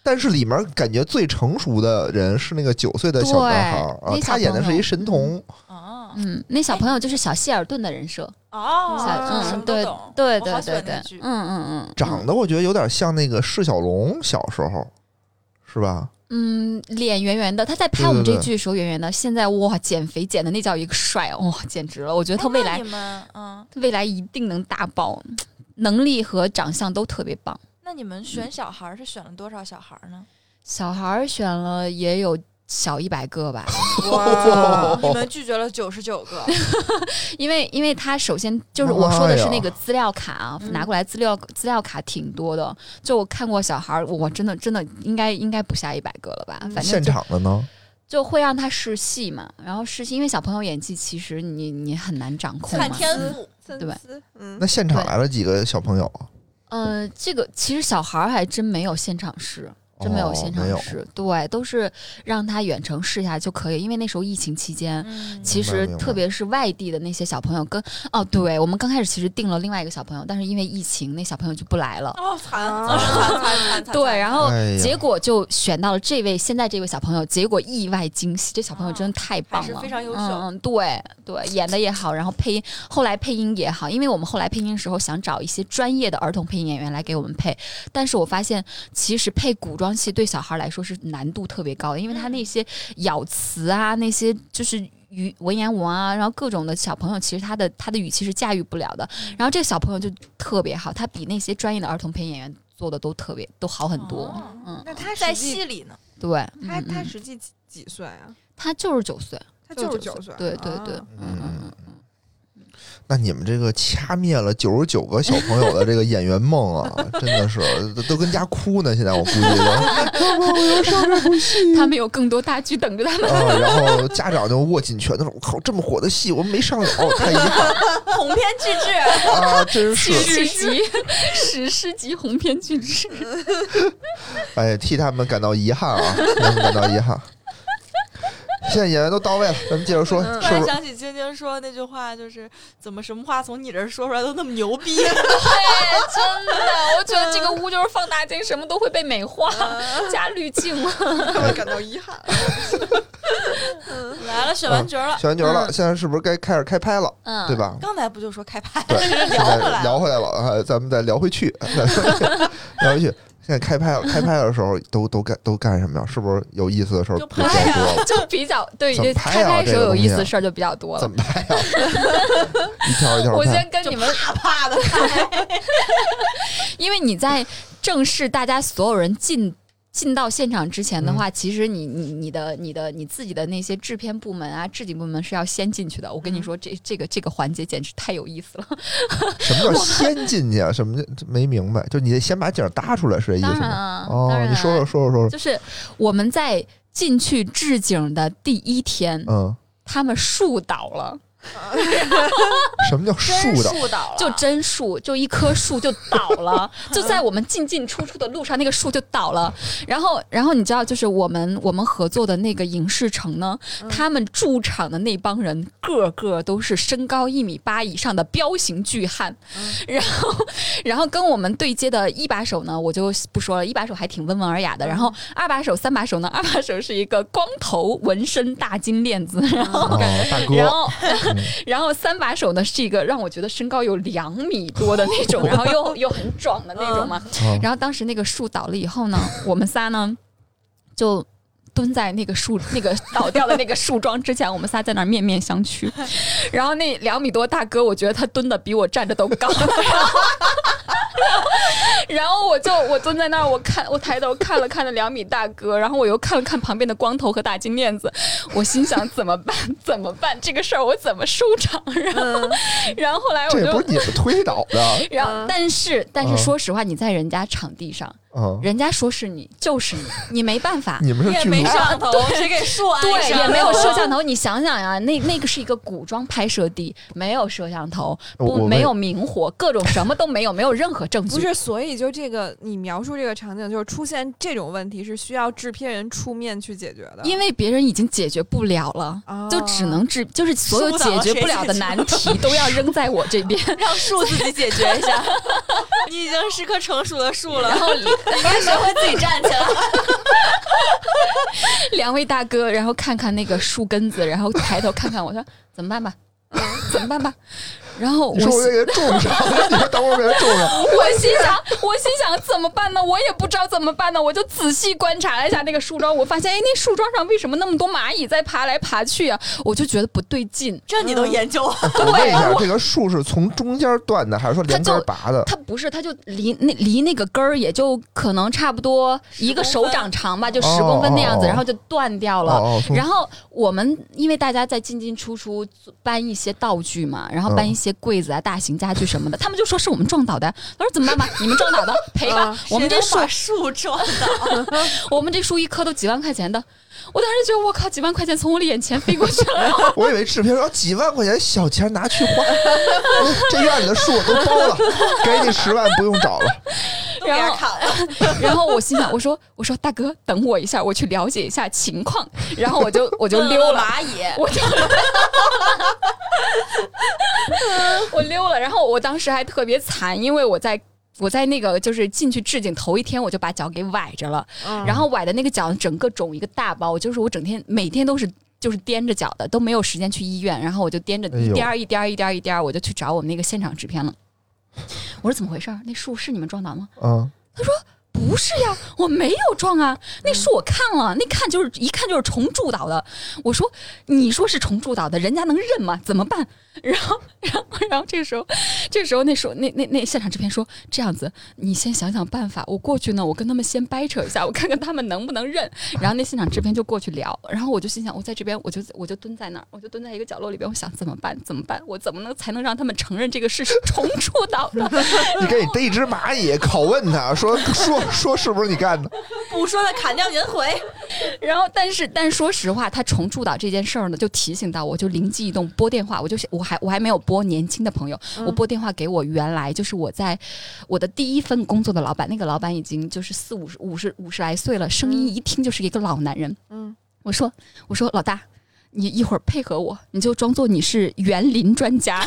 Speaker 2: 但是里面感觉最成熟的人是那个九岁的小男孩儿
Speaker 4: 对
Speaker 2: 啊
Speaker 4: 那，小
Speaker 2: 他演的
Speaker 4: 朋
Speaker 2: 是
Speaker 4: 友
Speaker 2: 一神童，
Speaker 1: 哦
Speaker 4: 嗯，那小朋友就是小希尔顿的人设，
Speaker 1: 哦，
Speaker 4: 小
Speaker 3: 啊
Speaker 1: 什
Speaker 4: 嗯，
Speaker 1: 么都
Speaker 4: 对
Speaker 1: 懂，
Speaker 4: 对
Speaker 1: 我好
Speaker 4: 对
Speaker 1: 喜欢
Speaker 4: 对
Speaker 1: 那
Speaker 4: 对
Speaker 1: 句，
Speaker 4: 嗯嗯嗯，
Speaker 2: 长得我觉得有点像那个释小龙小时候，是吧？
Speaker 4: 嗯脸圆圆的。他在拍
Speaker 2: 对
Speaker 4: 我们
Speaker 2: 对
Speaker 4: 这
Speaker 2: 对
Speaker 4: 剧的时候圆圆的，现在哇减肥减的那叫一个帅，哇简直了！我觉得他
Speaker 1: 哎
Speaker 4: 未
Speaker 1: 那
Speaker 4: 来
Speaker 1: 你们嗯，
Speaker 4: 未来一定能大爆，能力和长相都特别棒。
Speaker 1: 那你们选小孩儿是选了多少小孩儿呢？
Speaker 4: 小孩儿选了也有小一百个吧，
Speaker 2: 哇
Speaker 1: 你们拒绝了九十九个，
Speaker 4: 因为因为他首先就是我说的是那
Speaker 2: 妈
Speaker 4: 个资料卡啊，
Speaker 1: 嗯
Speaker 4: 拿过来资料资料卡挺多的，就我看过小孩儿，我真的真的应该应该不下一百个了吧，
Speaker 1: 嗯
Speaker 4: 反正
Speaker 2: 现
Speaker 4: 就
Speaker 2: 场的呢？
Speaker 4: 就会让他试戏嘛，然后试戏，因为小朋友演技其实你你 很难掌控
Speaker 1: 看
Speaker 4: 嘛。
Speaker 1: 天赋。
Speaker 3: 深
Speaker 4: 对吧
Speaker 3: 思，嗯
Speaker 2: 那，现场来了几个小朋友啊？
Speaker 4: 呃，这个其实小孩儿还真没有现场试。真没有
Speaker 2: 哦
Speaker 4: 现
Speaker 2: 没有
Speaker 4: 场试，对，都是让他远程试一下就可以，因为那时候疫情期间，
Speaker 1: 嗯
Speaker 4: 其实
Speaker 2: 明白
Speaker 4: 特别是外地的那些小朋友跟哦，对我们刚开始其实定了另外一个小朋友，但是因为疫情，那小朋友就不来了。
Speaker 1: 哦，惨
Speaker 3: 啊
Speaker 1: 惨 惨惨惨！
Speaker 4: 对，然后
Speaker 2: 哎呀
Speaker 4: 哦结果就选到了这位现在这位小朋友，结果意外惊喜，这小朋友真的太棒了，
Speaker 1: 还是非常优秀
Speaker 4: 嗯嗯，对对，演的也好，然后配音后来配音也好，因为我们后来配音的时候想找一些专业的儿童配音演员来给我们配，但是我发现其实配古装戏对小孩来说是难度特别高的，因为他
Speaker 1: 嗯
Speaker 4: 那些咬词啊，那些就是。语文言文啊，然后各种的小朋友，其实他的他的语气是驾驭不了的。
Speaker 1: 嗯
Speaker 4: 然后这个小朋友就特别好，他比那些专业的儿童配音演员做的都特别都好很多。
Speaker 1: 哦
Speaker 4: 嗯，
Speaker 3: 那他
Speaker 1: 在
Speaker 3: 实际
Speaker 1: 戏里呢，
Speaker 4: 对，
Speaker 3: 他
Speaker 4: 嗯
Speaker 3: 他
Speaker 4: 嗯
Speaker 3: 实际几几岁啊？
Speaker 4: 他就是九岁，
Speaker 3: 他
Speaker 4: 就是九
Speaker 3: 九岁，
Speaker 4: 对对对
Speaker 3: 啊，
Speaker 4: 嗯嗯
Speaker 2: 嗯
Speaker 4: 嗯，
Speaker 2: 那你们这个掐灭了九十九个小朋友的这个演员梦啊， 真的是都都跟家哭呢。现在我估计
Speaker 4: 嗯他们有更多大剧等着他们。
Speaker 2: 都，啊，然后家长就握紧拳头说：“我靠，这么火的戏我们没上了，太遗憾
Speaker 1: 鸿篇巨 制，
Speaker 2: 啊，真 是
Speaker 4: 史。诗级， 史诗级鸿篇巨制。”
Speaker 2: 哎，替他们感到遗憾啊，替他们感到遗憾。现在演员都到位了，咱们接着说，
Speaker 3: 嗯
Speaker 1: 突
Speaker 2: 是
Speaker 1: 然
Speaker 2: 不是？
Speaker 1: 想起晶晶说那句话，就是怎么什么话从你这儿说出来都那么牛 逼，
Speaker 4: 哎，真的，我觉得这个屋就是放大镜，什么都会被美化、加滤镜了。
Speaker 3: 他们感到遗 憾。
Speaker 1: 来了，选完角了。
Speaker 2: 选完角了，
Speaker 4: 嗯
Speaker 2: 现在是不是该开始开拍了？
Speaker 4: 嗯
Speaker 2: 对？吧？
Speaker 1: 刚才不就说开拍
Speaker 2: 对，
Speaker 1: 聊
Speaker 2: 现
Speaker 1: 回
Speaker 2: 在
Speaker 1: 来
Speaker 2: 聊
Speaker 1: 了，
Speaker 2: 回来了，啊，咱们再聊回去， 聊回去。现在开拍了，开拍的时候都都干都干什么呀？是不是有意思的事儿
Speaker 1: 就
Speaker 2: 比
Speaker 1: 拍
Speaker 2: 较
Speaker 1: 啊
Speaker 2: 多了？
Speaker 4: 就比较对，
Speaker 2: 怎么拍
Speaker 4: 开
Speaker 2: 啊
Speaker 4: 拍的时候有意
Speaker 2: 这个
Speaker 4: 思
Speaker 2: 东
Speaker 4: 的
Speaker 2: 西
Speaker 4: 事儿就比较多 了
Speaker 2: 怎。么拍呀？ 一条一条
Speaker 4: 我
Speaker 2: 拍。
Speaker 4: 先跟你们，
Speaker 1: 啪啪的拍，
Speaker 4: 因为你在正式大家所有人进。进到现场之前的话，其实你你你的你的你自己的那些制片部门啊、制景部门是要先进去的。我跟你说，这这个这个环节简直太有意思了。
Speaker 2: 什么叫先进去啊？什么叫没明白？就你得先把景儿搭出来是这意思吗？
Speaker 4: 啊
Speaker 2: 哦，你说说说说说，
Speaker 4: 就是我们在进去置景的第一天，
Speaker 2: 嗯，
Speaker 4: 他们树倒了，
Speaker 2: 什么叫
Speaker 1: 真
Speaker 2: 树的？
Speaker 1: 树倒了，
Speaker 4: 就真树，就一棵树就倒了，就在我们进进出出的路上，那个树就倒了。然后，然后你知道，就是我们我们合作的那个影视城呢，他们驻场的那帮人个个都是身高一米八以上的彪形巨汉，然后然后跟我们对接的一把手呢，我就不说了，一把手还挺温文尔雅的。然后二把手、三把手呢，二把手是一个光头纹身大金链子，然后
Speaker 2: 哦，大
Speaker 4: 然
Speaker 2: 哥，
Speaker 4: 后， 然后三把手呢是一个让我觉得身高有两米多的那种，然后又又很壮的那种嘛。
Speaker 2: 嗯
Speaker 4: 然后当时那个树倒了以后呢，我们仨呢就蹲在那个树那个倒掉的那个树桩之前，我们仨在那儿面面相觑。然后那两米多大哥，我觉得他蹲的比我站着都高。 然后我就我蹲在那儿，我看我抬头看了看那两米大哥，然后我又看了看旁边的光头和大金链子，我心想怎么办？怎么办？这个事儿我怎么收场？ 然后，然后后来我
Speaker 2: 这不是
Speaker 4: 就，
Speaker 2: 你们推导的，
Speaker 4: 然后
Speaker 3: 嗯
Speaker 4: 但是但是
Speaker 2: 嗯
Speaker 4: 说实话，你在人家场地上，
Speaker 2: 嗯，
Speaker 4: 人家说是你 就是你，你没办法。
Speaker 2: 你们是
Speaker 1: 也
Speaker 2: 剧
Speaker 1: 没
Speaker 2: 组啊
Speaker 1: 摄像头，谁给树安
Speaker 4: 对，
Speaker 1: 上
Speaker 4: 也
Speaker 1: 了
Speaker 4: 没有摄像头。你想想呀、那那个是一个古装拍摄地，没有摄像头，
Speaker 2: 我
Speaker 4: 不
Speaker 2: 我
Speaker 4: 没有明火，各种什么都没有，没有任何证据。
Speaker 3: 不是，所以就这个你描述这个场景，就是出现这种问题是需要制片人出面去解决的，
Speaker 4: 因为别人已经解决不了了，
Speaker 3: 哦
Speaker 4: 就只能只就是所有
Speaker 1: 疏导
Speaker 4: 解决不
Speaker 1: 谁
Speaker 4: 了的
Speaker 1: 解决
Speaker 4: 难题都要扔在我这 边。
Speaker 1: 让树自己解决嗯一 下。 你已经是棵成熟的树了，
Speaker 4: 后你应该学会自己站 起来。两位大哥，然后看看那个树根子，然后抬头看看我说怎 么办吧，怎么办吧。然后我
Speaker 2: 你说我
Speaker 4: 心
Speaker 2: 给他种上了，你说等会儿给他种上，
Speaker 4: 我心想，我心想怎么办呢？我也不知道怎么办呢。我就仔细观察了一下那个树桩，我发现，哎，那树桩上为什么那么多蚂蚁在爬来爬去啊？我就觉得不对劲。
Speaker 1: 这你都研究
Speaker 2: 我问一下，这个树是从中间断的，还是说连根儿拔的？
Speaker 4: 它不是，它就离那离那个根儿也就可能差不多一个手掌长吧，就十公分那样子，
Speaker 2: 哦
Speaker 4: 然后就断掉了。
Speaker 2: 哦哦从
Speaker 4: 然后我们因为大家在进进出出搬一些道具嘛，然后搬一些柜子啊、大型家具什么的，他们就说是我们撞倒的。他说怎么办吧，你们撞 倒的赔吧
Speaker 3: 啊，
Speaker 4: 我们这
Speaker 1: 谁
Speaker 4: 树
Speaker 1: 能把树 撞倒，
Speaker 4: 我们这树一棵都几万块钱的，我当时觉得我靠，几万块钱从我的眼前飞过去 了，然后
Speaker 2: 我以为制片说几万块钱小钱拿去花， 哦这院里的树我都包了，给你十万不用找了。
Speaker 1: 都给人
Speaker 4: 然后
Speaker 1: 砍了。
Speaker 4: 然后我心想，我说我说大哥，等我一下，我去了解一下情况，然后我 就我就溜了，
Speaker 1: 蚂蚁，
Speaker 4: 我就。我溜了，然后我当时还特别惨，因为我在我在那个就是进去置景头一天，我就把脚给崴着了，
Speaker 3: 嗯
Speaker 4: 然后崴的那个脚整个肿一个大包，就是我整天每天都是就是踮着脚的，都没有时间去医院，然后我就踮着
Speaker 2: 哎呦
Speaker 4: 一颠儿一颠儿一颠儿一颠儿，我就去找我们那个现场制片了。我说怎么回事儿？那树是你们撞倒吗？
Speaker 2: 嗯，
Speaker 4: 不是呀，我没有撞啊，那树我看了，那看就是一看就是重铸倒的。我说你说是重铸倒的，人家能认吗？怎么办？ 然后，然后，然后这个时候，这个时候那时候那那那现场制片说这样子，你先想想办法。我过去呢，我跟他们先掰扯一下，我看看他们能不能认。然后那现场制片就过去聊，然后我就心想，我在这边，我就我就蹲在那儿，我就蹲在一个角落里边，我想怎么办？怎么办？我怎么能才能让他们承认这个是重铸倒的？
Speaker 2: 你给你逮一只蚂蚁，拷问他说说说是不是你干的？
Speaker 1: 不说的砍掉您回。
Speaker 4: 然后，但是，但说实话，他重铸岛这件事儿呢，就提醒到我，就灵机一动拨电话，我就想我还我还没有拨年轻的朋友，
Speaker 3: 嗯
Speaker 4: 我拨电话给我原来就是我在我的第一份工作的老板，那个老板已经就是四五十五十五十来岁了，声音一听就是一个老男人。
Speaker 3: 嗯，
Speaker 4: 我说我说老大，你一会儿配合我，你就装作你是园林专家。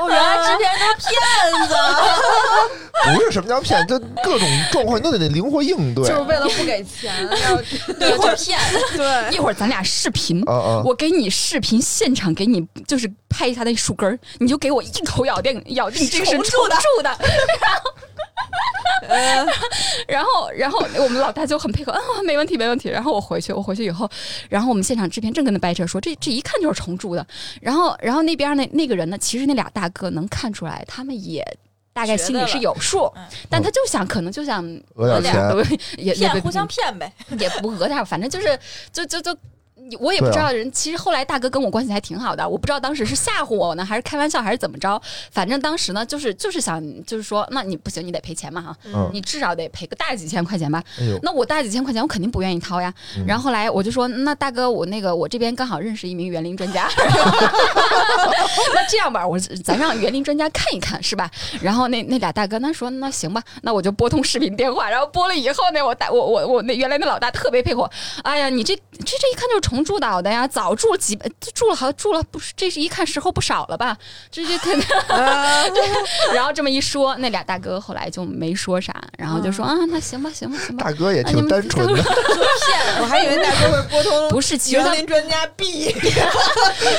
Speaker 1: 哦，原
Speaker 4: 啊
Speaker 1: 来制片人都是骗子，
Speaker 2: 不是什么叫骗，就各种状况你都得灵活应对。
Speaker 3: 就是
Speaker 2: 啊
Speaker 3: 为了不给钱，要
Speaker 1: 一会儿骗。
Speaker 3: 对
Speaker 4: 一会儿咱俩视频，
Speaker 2: 啊！
Speaker 4: 我给你视频现场给你，就是拍一下那树根儿，你就给我一口咬定，咬定这个是
Speaker 1: 重
Speaker 4: 重
Speaker 1: 铸的
Speaker 4: 铸的。然后，然后，然后我们老大就很配合，啊，没问题，没问题。然后我回去，我回去以后，然后我们现场制片正跟他掰扯说，这这一看就是重铸的。然后，然后那边那那个人呢，其实那俩大哥能看出来，他们也。大概心里是有数
Speaker 1: 觉得了嗯，
Speaker 4: 但他就想，可能就想
Speaker 2: 讹点钱，
Speaker 4: 也也
Speaker 1: 骗互相骗呗，
Speaker 4: 也不讹他，反正就是就就就。我也不知道人，其实后来大哥跟我关系还挺好的，我不知道当时是吓唬我呢，还是开玩笑，还是怎么着。反正当时呢，就是就是想，就是说，那你不行，你得赔钱嘛哈，
Speaker 2: 嗯，
Speaker 4: 你至少得赔个大几千块钱吧。
Speaker 2: 哎呦，
Speaker 4: 那我大几千块钱，我肯定不愿意掏呀。
Speaker 2: 嗯
Speaker 4: 然后后来我就说，那大哥，我那个我这边刚好认识一名园林专 家，那这样吧，我咱让园林专家看一看，是吧？然后那那俩大哥那说，那行吧，那我就拨通视频电话，然后拨了以后呢，我大我我我那原来那老大特别配合，哎呀，你这这这一看就是重铸岛的呀，早住了几住了好住了不是，这是一看时候不少了吧？这这肯定。
Speaker 3: 啊
Speaker 4: 然后这么一说，那俩大哥后来就没说啥，然后就说啊，那行吧，行吧，行吧。
Speaker 2: 嗯大哥也挺单纯的，
Speaker 3: 我还以为大哥会拨通
Speaker 4: 不是，其实他
Speaker 3: 园林专家 B，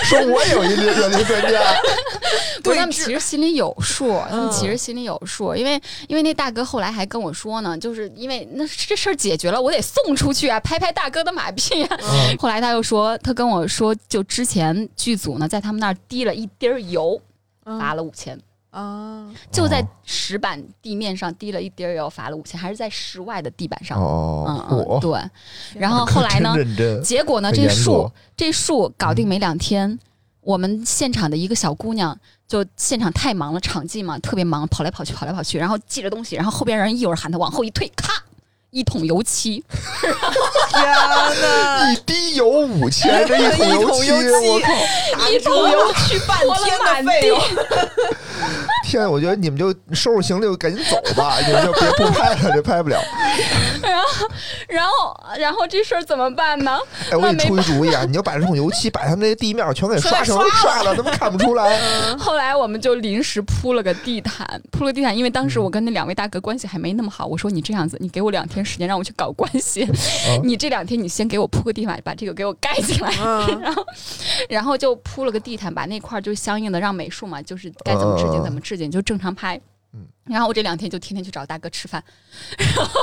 Speaker 2: 说我有一园林专 家，
Speaker 4: 不是
Speaker 3: 对
Speaker 4: 他们
Speaker 3: 峙
Speaker 4: 其实心里有数，他们其实心里有数，因为因为那大哥后来还跟我说呢，就是因为那这事儿解决了，我得送出去啊，拍拍大哥的马屁啊。
Speaker 2: 嗯
Speaker 4: 后来他又说，他跟
Speaker 3: 嗯
Speaker 4: 我说，就之前剧组呢在他们那儿滴了一滴儿油，罚了五千。
Speaker 3: 啊，
Speaker 4: 就
Speaker 2: 哦
Speaker 4: 在石板地面上滴了一滴儿药，罚了五千，还是在室外的地板上。
Speaker 2: 哦
Speaker 4: 嗯，嗯，
Speaker 2: 我
Speaker 4: 对。然后后来呢
Speaker 2: 真，认真，
Speaker 4: 结果呢，
Speaker 2: 很
Speaker 4: 这
Speaker 2: 严
Speaker 4: 树
Speaker 2: 格嗯
Speaker 4: 这树搞定没两天，我们现场的一个小姑娘就现场太忙了，场记嘛特别忙，跑来跑去，跑来跑去，然后记着东西，然后后边人一会儿喊她往后一退，咔。一桶油漆，
Speaker 3: 天哪！
Speaker 2: 一滴油五千，这一
Speaker 3: 一桶
Speaker 2: 漆，
Speaker 3: 油漆
Speaker 2: 我靠！
Speaker 4: 一桶油漆半
Speaker 3: 天的费
Speaker 1: 哦
Speaker 3: 用，
Speaker 2: 天，我觉得你们就收拾行李，赶紧走吧，你们就别不拍了，这拍不了。
Speaker 4: 然后，然后这事儿怎么办呢？
Speaker 2: 哎，我给你
Speaker 4: 那没
Speaker 2: 出一主意啊，你就把这桶油漆把他们那个地面全给刷成刷了，他们看不出来。
Speaker 4: 后来我们就临时铺了个地毯，铺了地毯，因为当
Speaker 2: 嗯
Speaker 4: 时我跟那两位大哥关系还没那么好，我说你这样子，你给我两天时间让我去搞关系，
Speaker 2: 嗯
Speaker 4: 你这两天你先给我铺个地毯，把这个给我盖起来，
Speaker 3: 嗯，
Speaker 4: 然后就铺了个地毯，把那块儿就相应的让美术嘛，就是该怎么置景怎么置景，就正常拍
Speaker 2: 嗯。
Speaker 4: 然后我这两天就天天去找大哥吃饭，然后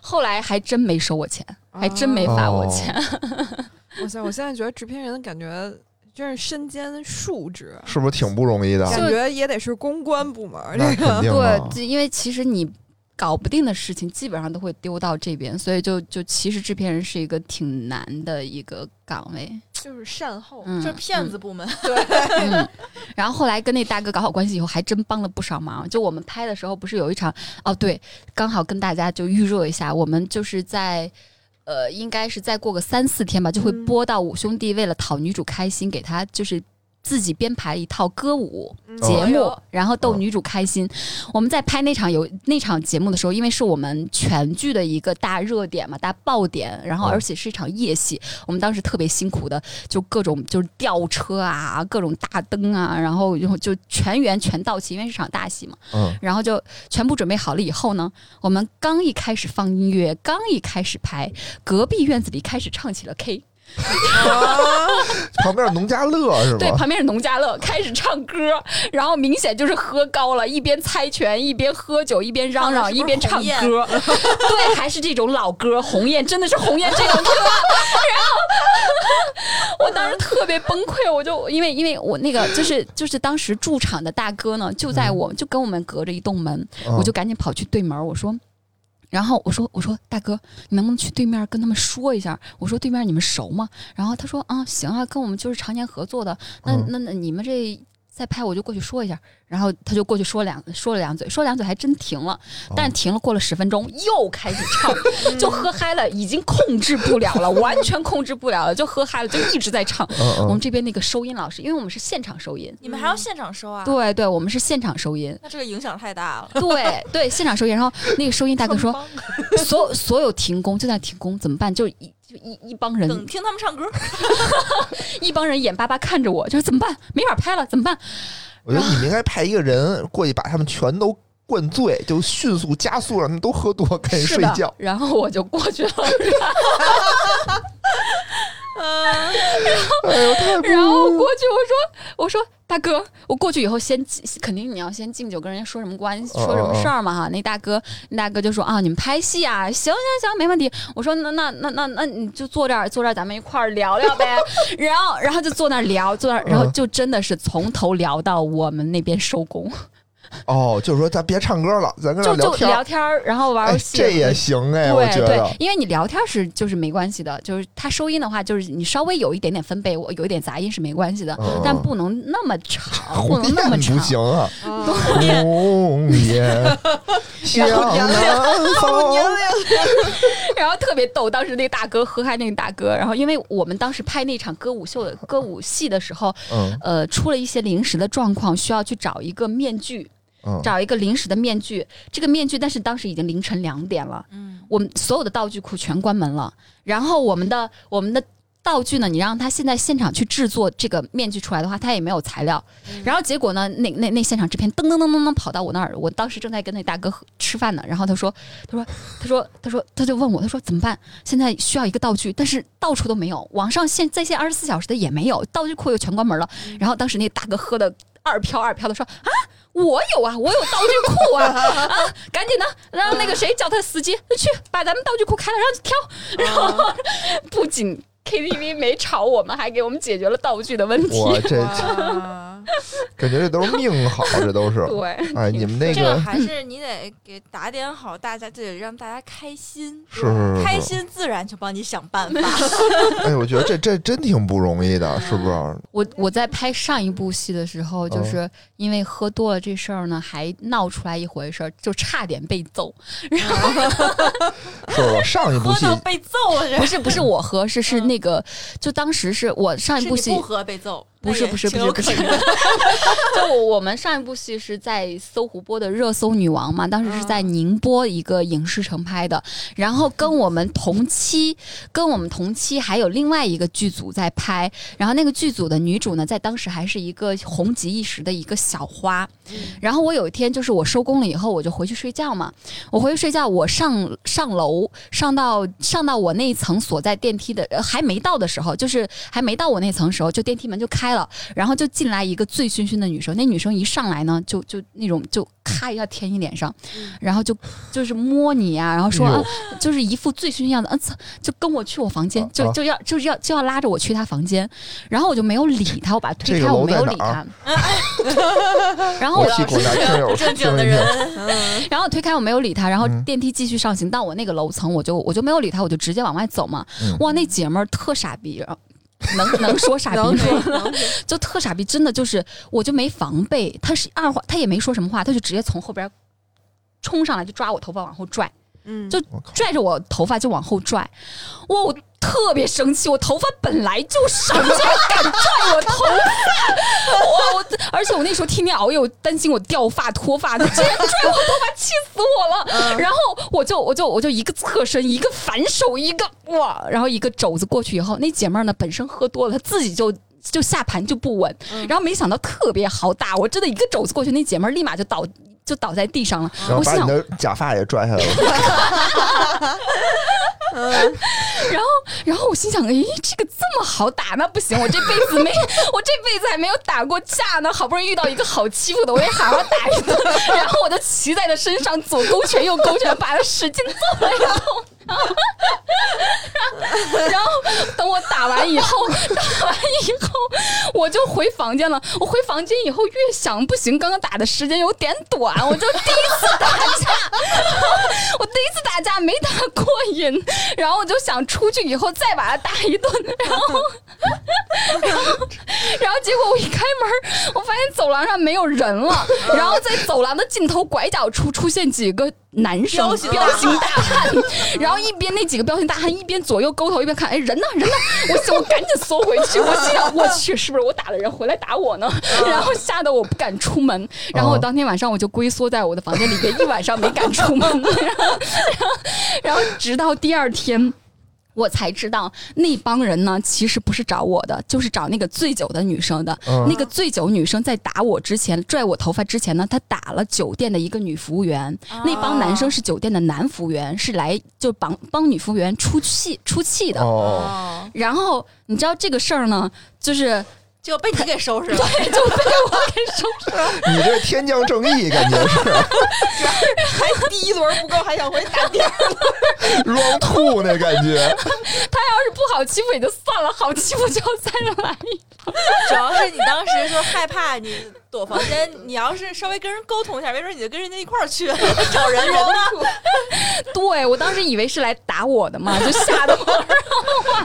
Speaker 4: 后来还真没收我钱，还真没罚我钱。
Speaker 3: 啊哇塞！我现在觉得制片人的感觉真是身兼数职，
Speaker 2: 是不是挺不容易 的？
Speaker 3: 感觉也得是公关部门
Speaker 2: 啊
Speaker 3: 儿
Speaker 2: 那
Speaker 3: 这
Speaker 2: 肯
Speaker 3: 个。
Speaker 2: 定啊
Speaker 4: 对，就因为其实你搞不定的事情，基本上都会丢到这边，所以就就其实制片人是一个挺难的一个岗位。
Speaker 3: 就是善后
Speaker 4: 嗯，
Speaker 1: 就是骗子部门，
Speaker 4: 嗯。嗯 然后后来跟那大哥搞好关系以后，还真帮了不少忙。就我们拍的时候，不是有一场哦，对，刚好跟大家就预热一下，我们就是在。呃，应该是再过个三四天吧，就会
Speaker 3: 嗯
Speaker 4: 播到五兄弟为了讨女主开心，给她就是自己编排一套歌舞。
Speaker 3: 嗯哦
Speaker 4: 节
Speaker 1: 哎
Speaker 4: 目，
Speaker 1: 呦
Speaker 4: 然后逗
Speaker 2: 嗯
Speaker 4: 女主开心。我们在拍那场有那场节目的时候，因为是我们全剧的一个大热点嘛，大爆点，然后
Speaker 2: 嗯
Speaker 4: 而且是一场夜戏，我们当时特别辛苦的，就各种就是吊车啊，各种大灯啊，然后然后就全员全到齐，因为是场大戏嘛，
Speaker 2: 嗯，
Speaker 4: 然后就全部准备好了以后呢，我们刚一开始放音乐，刚一开始拍，隔壁院子里开始唱起了 K。
Speaker 2: 旁边有农家乐是
Speaker 4: 对，
Speaker 2: 吗？
Speaker 4: 旁边是农家乐，开始唱歌，然后明显就是喝高了，一边猜拳，一边喝酒，一边嚷嚷，
Speaker 1: 唱的是不
Speaker 4: 一
Speaker 1: 是
Speaker 4: 边唱
Speaker 1: 鸿 雁
Speaker 4: 歌。对，还是这种老歌，鸿雁真的是鸿雁这 种歌。然后我当时特别崩溃，我就因为因为我那个就是就是当时驻场的大哥呢，就在我就跟我们隔着一栋门，
Speaker 2: 嗯
Speaker 4: 我就赶紧跑去对门儿，我说。然后我说我说大哥，你能不能去对面儿跟他们说一下？我说对面儿你们熟吗？然后他说啊行啊，跟我们就是常年合作的，那
Speaker 2: 嗯
Speaker 4: 那那你们这再拍我就过去说一下。然后他就过去说两说了两嘴，说两嘴还真停了，
Speaker 2: 哦嗯
Speaker 4: 但停了过了十分钟又开始唱，就喝嗨了，已经控制不了了，完全控制不了了，就喝嗨了，就一直在唱。我
Speaker 2: 嗯
Speaker 4: 们这边那个收音老师，因为我们是现场收音，
Speaker 1: 你们还要现场收啊？，
Speaker 4: 对对，我们是现场收音，
Speaker 1: 那这个影响太大了。
Speaker 4: 对对，现场收音。然后那个收音大哥说，
Speaker 1: 帮
Speaker 4: 所所有停工就在停工，怎么办？就一就一一帮
Speaker 1: 等
Speaker 4: 人，
Speaker 1: 听他们唱歌，
Speaker 4: 一帮人眼巴巴看着我，就是怎么办？没法拍了，怎么办？
Speaker 2: 嗯，我觉得你们应该派一个人过去把他们全都灌醉，就迅速加速让他们都喝多，赶紧
Speaker 4: 是
Speaker 2: 睡
Speaker 4: 的
Speaker 2: 觉。。
Speaker 4: 然后我就过 去了，嗯
Speaker 2: 哎呦，太不
Speaker 4: 然后过去我说我说大哥，我过去以后先敬肯定你要先敬酒，跟人家说什么关系，
Speaker 2: 哦
Speaker 4: 说什么事儿嘛哈。那大哥那大哥就说啊，你们拍戏啊，行行行，没问题。我说那那那那那你就坐这儿坐这儿，咱们一块儿聊 聊呗。然后然后就坐那儿聊，坐那儿，然后
Speaker 2: 嗯
Speaker 4: 就真的是从头聊到我们那边收工。
Speaker 2: 哦，就是说咱别唱歌了，咱跟这
Speaker 4: 就
Speaker 2: 儿
Speaker 4: 就
Speaker 2: 天
Speaker 4: 聊
Speaker 2: 儿。
Speaker 4: 天儿，然后玩儿
Speaker 2: 哎
Speaker 4: 游，戏。
Speaker 2: 这也行哎，我觉
Speaker 4: 对
Speaker 2: 得
Speaker 4: 对，因为你聊天儿是就是没关系的，就是它收音的话，就是你稍微有一点点分贝，我有一点杂音是没关系的，
Speaker 2: 嗯
Speaker 4: 但不能那么长，不
Speaker 2: 红
Speaker 4: 能
Speaker 2: 雁
Speaker 4: 那么长
Speaker 2: 不。行 啊，
Speaker 3: 啊
Speaker 2: 红雁向南 方。
Speaker 4: 然后特别逗，当时那个大哥喝嗨，那个大哥，然后因为我们当时拍那场歌舞秀的歌舞戏的时候，
Speaker 2: 嗯
Speaker 4: 呃，出了一些临时的状况，需要去找一个面具，
Speaker 2: 嗯，
Speaker 4: 找一个临时的面具。这个面具，但是当时已经凌晨两点了，
Speaker 1: 嗯，
Speaker 4: 我们所有的道具库全关门了。然后我们的我们的道具呢，你让他现在现场去制作这个面具出来的话，他也没有材料。然后结果呢，那那那现场制片噔噔噔噔噔跑到我那儿，我当时正在跟那大哥喝吃饭呢，然后他说他说他说他说他就问我，他说怎么办？现在需要一个道具，但是到处都没有，网上现在线二十四小时的也没有，道具库又全关门了。然后当时那大哥喝的。二飘二飘的说啊，我有啊，我有道具库啊啊！赶紧的，让那个谁叫他司机去把咱们道具库开了，让他挑。然后不仅 KTV 没吵我们，还给我们解决了道具的问题。
Speaker 2: 我 这
Speaker 3: 哇
Speaker 2: 感觉这都是命好，这都是。
Speaker 4: 对，
Speaker 2: 哎，你们那
Speaker 1: 这个
Speaker 2: 个
Speaker 1: 还是你得给打点好大家，就得让大家开心，
Speaker 2: 是是是
Speaker 1: 开心自然就帮你想办法。
Speaker 2: 哎，我觉得这这真挺不容易的，是不是？
Speaker 4: 我我在拍上一部戏的时候，就是因为喝多了这事儿呢，还闹出来一回事儿，就差点被揍。
Speaker 2: 是吧？上一部
Speaker 1: 喝
Speaker 2: 戏
Speaker 1: 到被揍是
Speaker 4: 不是不是我喝，是是
Speaker 1: 嗯
Speaker 4: 那个，就当时是我上一
Speaker 1: 是
Speaker 4: 部
Speaker 1: 你
Speaker 4: 戏
Speaker 1: 不喝被揍，
Speaker 4: 不是
Speaker 1: 那也
Speaker 4: 不是不
Speaker 1: 情有
Speaker 4: 是不
Speaker 1: 可
Speaker 4: 是
Speaker 1: 原，
Speaker 4: 就我我们上一部戏是在搜狐播的《热搜女王》嘛，当时是在宁波一个影视城拍的，然后跟我们同期，跟我们同期还有另外一个剧组在拍，然后那个剧组的女主呢，在当时还是一个红极一时的一个小花，然后我有一天就是我收工了以后，我就回去睡觉嘛，我回去睡觉，我上上楼上到上到我那一层所在电梯的、呃还没到的时候，就是还没到我那层时候，就电梯门就开了。然后就进来一个醉醺醺的女生，那女生一上来呢，就就那种就咔一下舔你脸上，然后就就是摸你呀、然后说、
Speaker 2: 哎呦
Speaker 4: 啊，就是一副醉醺醺样子，啊，操就跟我去我房间
Speaker 2: 啊，
Speaker 4: 就
Speaker 2: 啊
Speaker 4: 就要就是要就要拉着我去她房间，然后我就没有理她，我把她推
Speaker 2: 这个
Speaker 4: 开，
Speaker 2: 楼
Speaker 4: 我没有
Speaker 2: 在
Speaker 4: 理
Speaker 2: 哪
Speaker 4: 她
Speaker 2: 儿，啊
Speaker 4: 然后
Speaker 2: 我
Speaker 4: 我
Speaker 2: 替广大听友
Speaker 1: 不
Speaker 2: 听
Speaker 1: 正
Speaker 2: 一
Speaker 1: 经的
Speaker 2: 听。
Speaker 1: 人，
Speaker 4: 然后推开我没有理他，然后
Speaker 2: 嗯
Speaker 4: 电梯继续上行，到我那个楼层我就我就没有理他，我就直接往外走嘛。
Speaker 2: 嗯
Speaker 4: 哇，那姐们儿特傻逼，然后能能说傻逼
Speaker 3: 能
Speaker 4: 吗？
Speaker 3: 给能给
Speaker 4: 就特傻逼，真的就是我就没防备，他是二话他也没说什么话，他就直接从后边冲上来就抓我头发往后拽，
Speaker 3: 嗯
Speaker 4: 就
Speaker 2: 我靠！
Speaker 4: 拽着我头发就往后拽，哇，我特别生气，我头发本来就少，你竟然敢拽我头发，哇，我而且我那时候天天熬夜，我担心我掉发脱发，你竟然拽我头发，气死我了。
Speaker 2: 嗯
Speaker 4: 然后我就我就我就一个侧身，一个反手，一个哇，然后一个肘子过去以后，那姐妹儿呢本身喝多了，她自己就。就下盘就不稳，
Speaker 2: 嗯
Speaker 4: 然后没想到特别好打，我真的一个肘子过去，那姐妹儿立马就倒就倒在地上了。
Speaker 2: 然后
Speaker 4: 我
Speaker 2: 把
Speaker 4: 心
Speaker 2: 你
Speaker 4: 想，
Speaker 2: 的假发也拽下来了，
Speaker 4: 然后，然后我心想，诶，这个这么好打，那不行，我这辈子没， 我这辈子还没有打过架呢，好不容易遇到一个好欺负的，我也好好打一顿。 然后我就骑在他身上，左勾拳右勾拳，把他使劲揍了一通。 然后等我打完以后，打完以后我就回房间了。我回房间以后越想不行，刚刚打的时间有点短，我就第一次打架，我第一次打架没打过瘾，然后我就想出去以后再把他打一顿，然后， 然后，然后结果我一开门，我发现走廊上没有人了，然后在走廊的尽头拐角处出现几个男生，
Speaker 1: 彪形大汉
Speaker 4: 大汉，然后一边那几个彪形大汉一边左右勾头一边看，哎，人呢？人呢？我想我赶紧缩回去，我心想我去，是不是我打了人回来打我呢？然后吓得我不敢出门，然后我当天晚上我就龟缩在我的房间里边，一晚上没敢出门，然后然后然后直到第二天。我才知道那帮人呢，其实不是找我的，就是找那个醉酒的女生的。
Speaker 2: 嗯
Speaker 4: 那个醉酒女生在打我之前，拽我头发之前呢，她打了酒店的一个女服务员。那帮男
Speaker 1: 哦
Speaker 4: 生是酒店的男服务员，是来就帮帮女服务员出气出气的。
Speaker 2: 哦，
Speaker 1: 哦，
Speaker 4: 然后你知道这个事儿呢，就是
Speaker 1: 就被你给收拾了。
Speaker 4: 就被我给收拾了。
Speaker 2: 你这天降正义，感觉是
Speaker 3: 还第一轮不够，还想回打第二
Speaker 2: round two 那感觉。
Speaker 4: 他要是不好欺负也就算了，好欺负就要再来一
Speaker 1: 主要是你当时就害怕你躲房间，你要是稍微跟人沟通一下，没准你就跟人家一块儿去了找人人呢。
Speaker 3: 轮。
Speaker 4: 对我当时以为是来打我的嘛，就吓得我。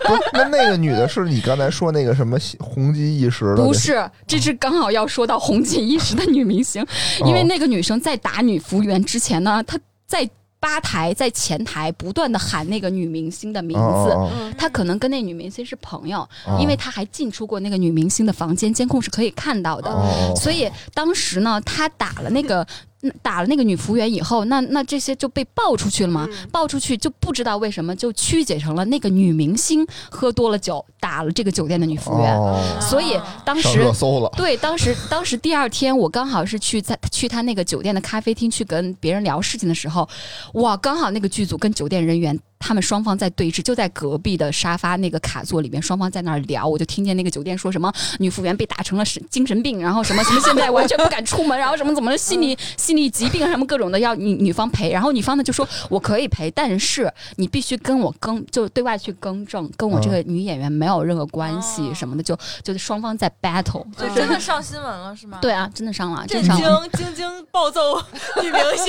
Speaker 2: 不是，那那个女的是你刚才说那个什么红极一时的？
Speaker 4: 不，是，这是刚好要说到红极一时的女明星，
Speaker 2: 哦
Speaker 4: 因为那个女生在打女服务员之前呢，她在吧台、在前台不断的喊那个女明星的名字。
Speaker 2: 哦
Speaker 4: 她可能跟那女明星是朋友，
Speaker 2: 哦
Speaker 4: 因为她还进出过那个女明星的房间，监控是可以看到的。
Speaker 2: 哦
Speaker 4: 所以当时呢，他打了那个 嗯打了那个女服务员以后，那那这些就被爆出去了嘛，爆出去就不知道为什么就曲解成了那个女明星喝多了酒打了这个酒店的女服务员，
Speaker 2: 哦，
Speaker 4: 所以当
Speaker 2: 上
Speaker 4: 时
Speaker 2: 热搜了。
Speaker 4: 对，当时当时第二天，我刚好是去在去他那个酒店的咖啡厅去跟别人聊事情的时候，哇，刚好那个剧组跟酒店人员他们双方在对峙，就在隔壁的沙发那个卡座里面，双方在那儿聊，我就听见那个酒店说什么女服务员被打成了神精神病，然后什么什么现在完全不敢出门，然后什么怎么的心理心理疾病啊什么各种的要女女方赔，然后女方呢就说我可以赔，但是你必须跟我更就对外去更正，跟我这个女演员没有任何关系
Speaker 1: 哦
Speaker 4: 什么的，就就是双方在 battle。
Speaker 1: 就真的上新闻了是吗？
Speaker 4: 对啊，真的上了，真
Speaker 1: 震
Speaker 4: 上了。
Speaker 1: 惊！晶晶暴揍女明星，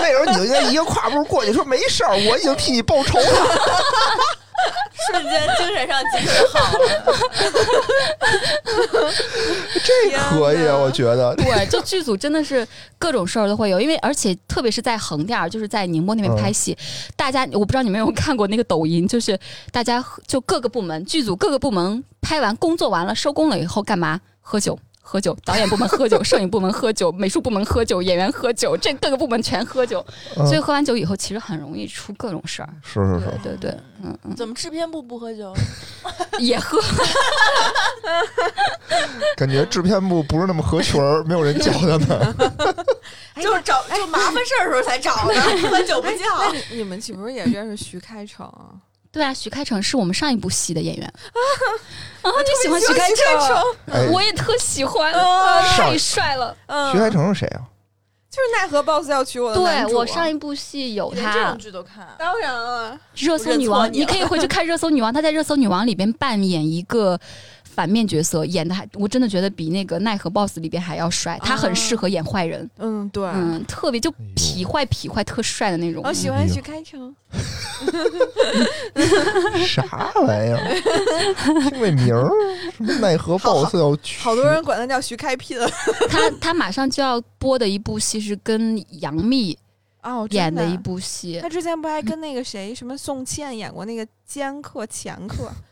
Speaker 2: 那时候你就应该一个跨步过去说没事儿，我已经替你报仇 了。
Speaker 1: 瞬间精神上精神好 了。
Speaker 2: 这可以，
Speaker 1: 天
Speaker 2: 啊，
Speaker 1: 哪
Speaker 2: 我觉得
Speaker 4: 对，就剧组真的是各种事儿都会有，因为而且特别是在横店儿，就是在宁波那边拍戏，大家我不知道你们有没有看过那个抖音，就是大家喝就各个部门剧组各个部门拍完工作完了收工了以后干嘛喝酒。喝酒，导演部门喝酒， 摄影部门喝酒，美术部门喝酒，演员喝酒，这各个部门全喝酒，
Speaker 2: 嗯
Speaker 4: 所以喝完酒以后，其实很容易出各种事儿。
Speaker 2: 是是是，
Speaker 4: 对 对，嗯嗯，
Speaker 1: 怎么制片部不喝 酒？
Speaker 4: 也喝，
Speaker 2: 感觉制片部不是那么合群儿，没有人教他 们。
Speaker 1: 就是找就麻烦事儿的时候才找的，喝酒不叫。
Speaker 3: 你你们岂不是也认识徐开成啊？
Speaker 4: 对啊，徐开成是我们上一部戏的 演员啊，你喜欢徐开成？
Speaker 3: 成，
Speaker 2: 哎，
Speaker 4: 我也特喜欢，
Speaker 3: 啊
Speaker 4: 太帅了。
Speaker 3: 嗯，
Speaker 2: 徐开成是谁啊？
Speaker 3: 就是奈何 boss 要娶我的
Speaker 4: 对
Speaker 3: 男主啊
Speaker 4: 我上一部戏有
Speaker 1: 连这
Speaker 4: 他
Speaker 1: 种，剧都看，啊
Speaker 3: 当然了，
Speaker 4: 热搜女
Speaker 1: 我认错
Speaker 4: 王，
Speaker 1: 你
Speaker 4: 你
Speaker 1: 了
Speaker 4: 可以回去看热搜女王，她在热搜女王里边扮演一个。反面角色演的还，我真的觉得比那个奈何 boss 里边还要帅，他很适合演坏人，
Speaker 3: 嗯，对，
Speaker 4: 嗯，特别就痞坏痞坏特帅的那种
Speaker 3: 我。喜欢徐开成，
Speaker 2: 啥玩意儿？听这名儿，什么奈何
Speaker 3: 好好
Speaker 2: BOSS 要去？
Speaker 3: 好多人管他叫徐开辟的
Speaker 4: 他他马上就要播的一部戏是跟杨幂
Speaker 3: 哦，真
Speaker 4: 演的
Speaker 3: 的
Speaker 4: 一。部戏，
Speaker 3: 他之前不还跟那个谁什么宋茜演过那个《尖客掮客》？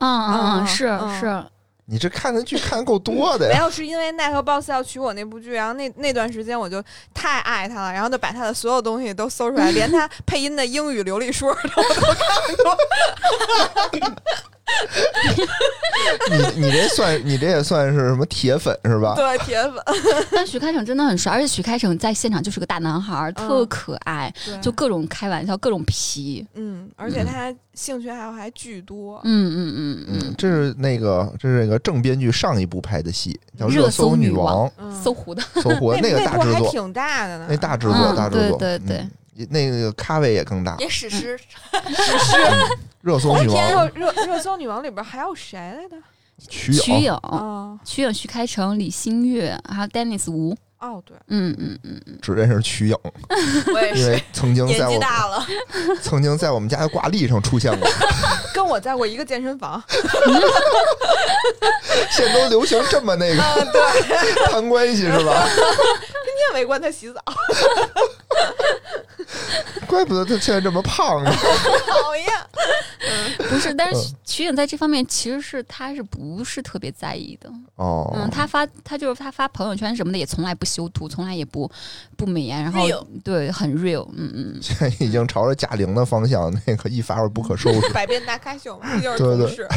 Speaker 4: 嗯嗯
Speaker 3: 嗯
Speaker 4: 嗯，是
Speaker 3: 嗯
Speaker 4: 是，
Speaker 2: 你这看的剧看得够多的
Speaker 3: 没
Speaker 2: 呀！
Speaker 3: 有，是因为《奈何 boss 要娶我》那部剧，然后那那段时间我就太爱他了，然后就把他的所有东西都搜出来，连他配音的英语流利 说都我都看过。
Speaker 2: 你你这算你这也算是什么铁粉是吧？嗯
Speaker 3: 对，铁粉，
Speaker 4: 但徐开骋真的很帅，而且徐开骋在现场就是个大男孩儿，
Speaker 3: 嗯
Speaker 4: 特可爱，就各种开玩笑，各种皮。
Speaker 3: 嗯，而且他兴趣爱好还巨多。
Speaker 4: 嗯嗯嗯
Speaker 2: 嗯，这是那个这是那个正编剧上一部拍的戏叫《
Speaker 4: 热
Speaker 2: 热搜
Speaker 4: 搜
Speaker 2: 女
Speaker 4: 女王
Speaker 2: 王
Speaker 3: 嗯
Speaker 4: 嗯，搜狐的。》，
Speaker 2: 搜狐
Speaker 3: 那
Speaker 2: 那个
Speaker 3: 那
Speaker 2: 大
Speaker 3: 部
Speaker 2: 制
Speaker 3: 还
Speaker 2: 作，
Speaker 3: 挺大的呢，
Speaker 2: 那大制作
Speaker 4: 嗯
Speaker 2: 大制作，
Speaker 4: 对对对
Speaker 2: 嗯那个咖位也更大。 嗯
Speaker 1: 也史诗。
Speaker 2: 热搜女
Speaker 3: 然后
Speaker 2: 王
Speaker 3: 啊热热搜女王里边还有谁来着？
Speaker 2: 瞿
Speaker 4: 瞿
Speaker 2: 颖，
Speaker 4: 颖、
Speaker 3: 哦
Speaker 4: 瞿颖、徐开骋、李新月，还有 Dennis 吴。
Speaker 3: 哦，对，
Speaker 4: 嗯嗯嗯，
Speaker 2: 只认识瞿颖，
Speaker 1: 我也
Speaker 2: 因
Speaker 1: 是
Speaker 2: 为曾经在
Speaker 1: 年纪
Speaker 2: 我
Speaker 1: 大 了，
Speaker 2: 曾经在我们家的挂历上出现过，
Speaker 3: 跟我在过一个健身房。
Speaker 2: 现在都流行这么那个
Speaker 3: 啊，对，
Speaker 2: 谈关系是吧？
Speaker 3: 天天围观他洗澡，
Speaker 2: 怪不得他现在这么胖呢。
Speaker 4: 嗯
Speaker 3: 讨厌。
Speaker 4: 不是，
Speaker 2: 嗯
Speaker 4: 但是瞿颖在这方面其实是她是不是特别在意的？
Speaker 2: 哦，
Speaker 4: 嗯，她发她就是她发朋友圈什么的也从来不修图，从来也不不美颜，然后
Speaker 1: Real
Speaker 4: 对很 real。嗯嗯，
Speaker 2: 现在已经朝着贾玲的方向，那个一发而不可收拾。
Speaker 3: 百变大咖秀嘛，又是
Speaker 2: 对对
Speaker 3: 同事。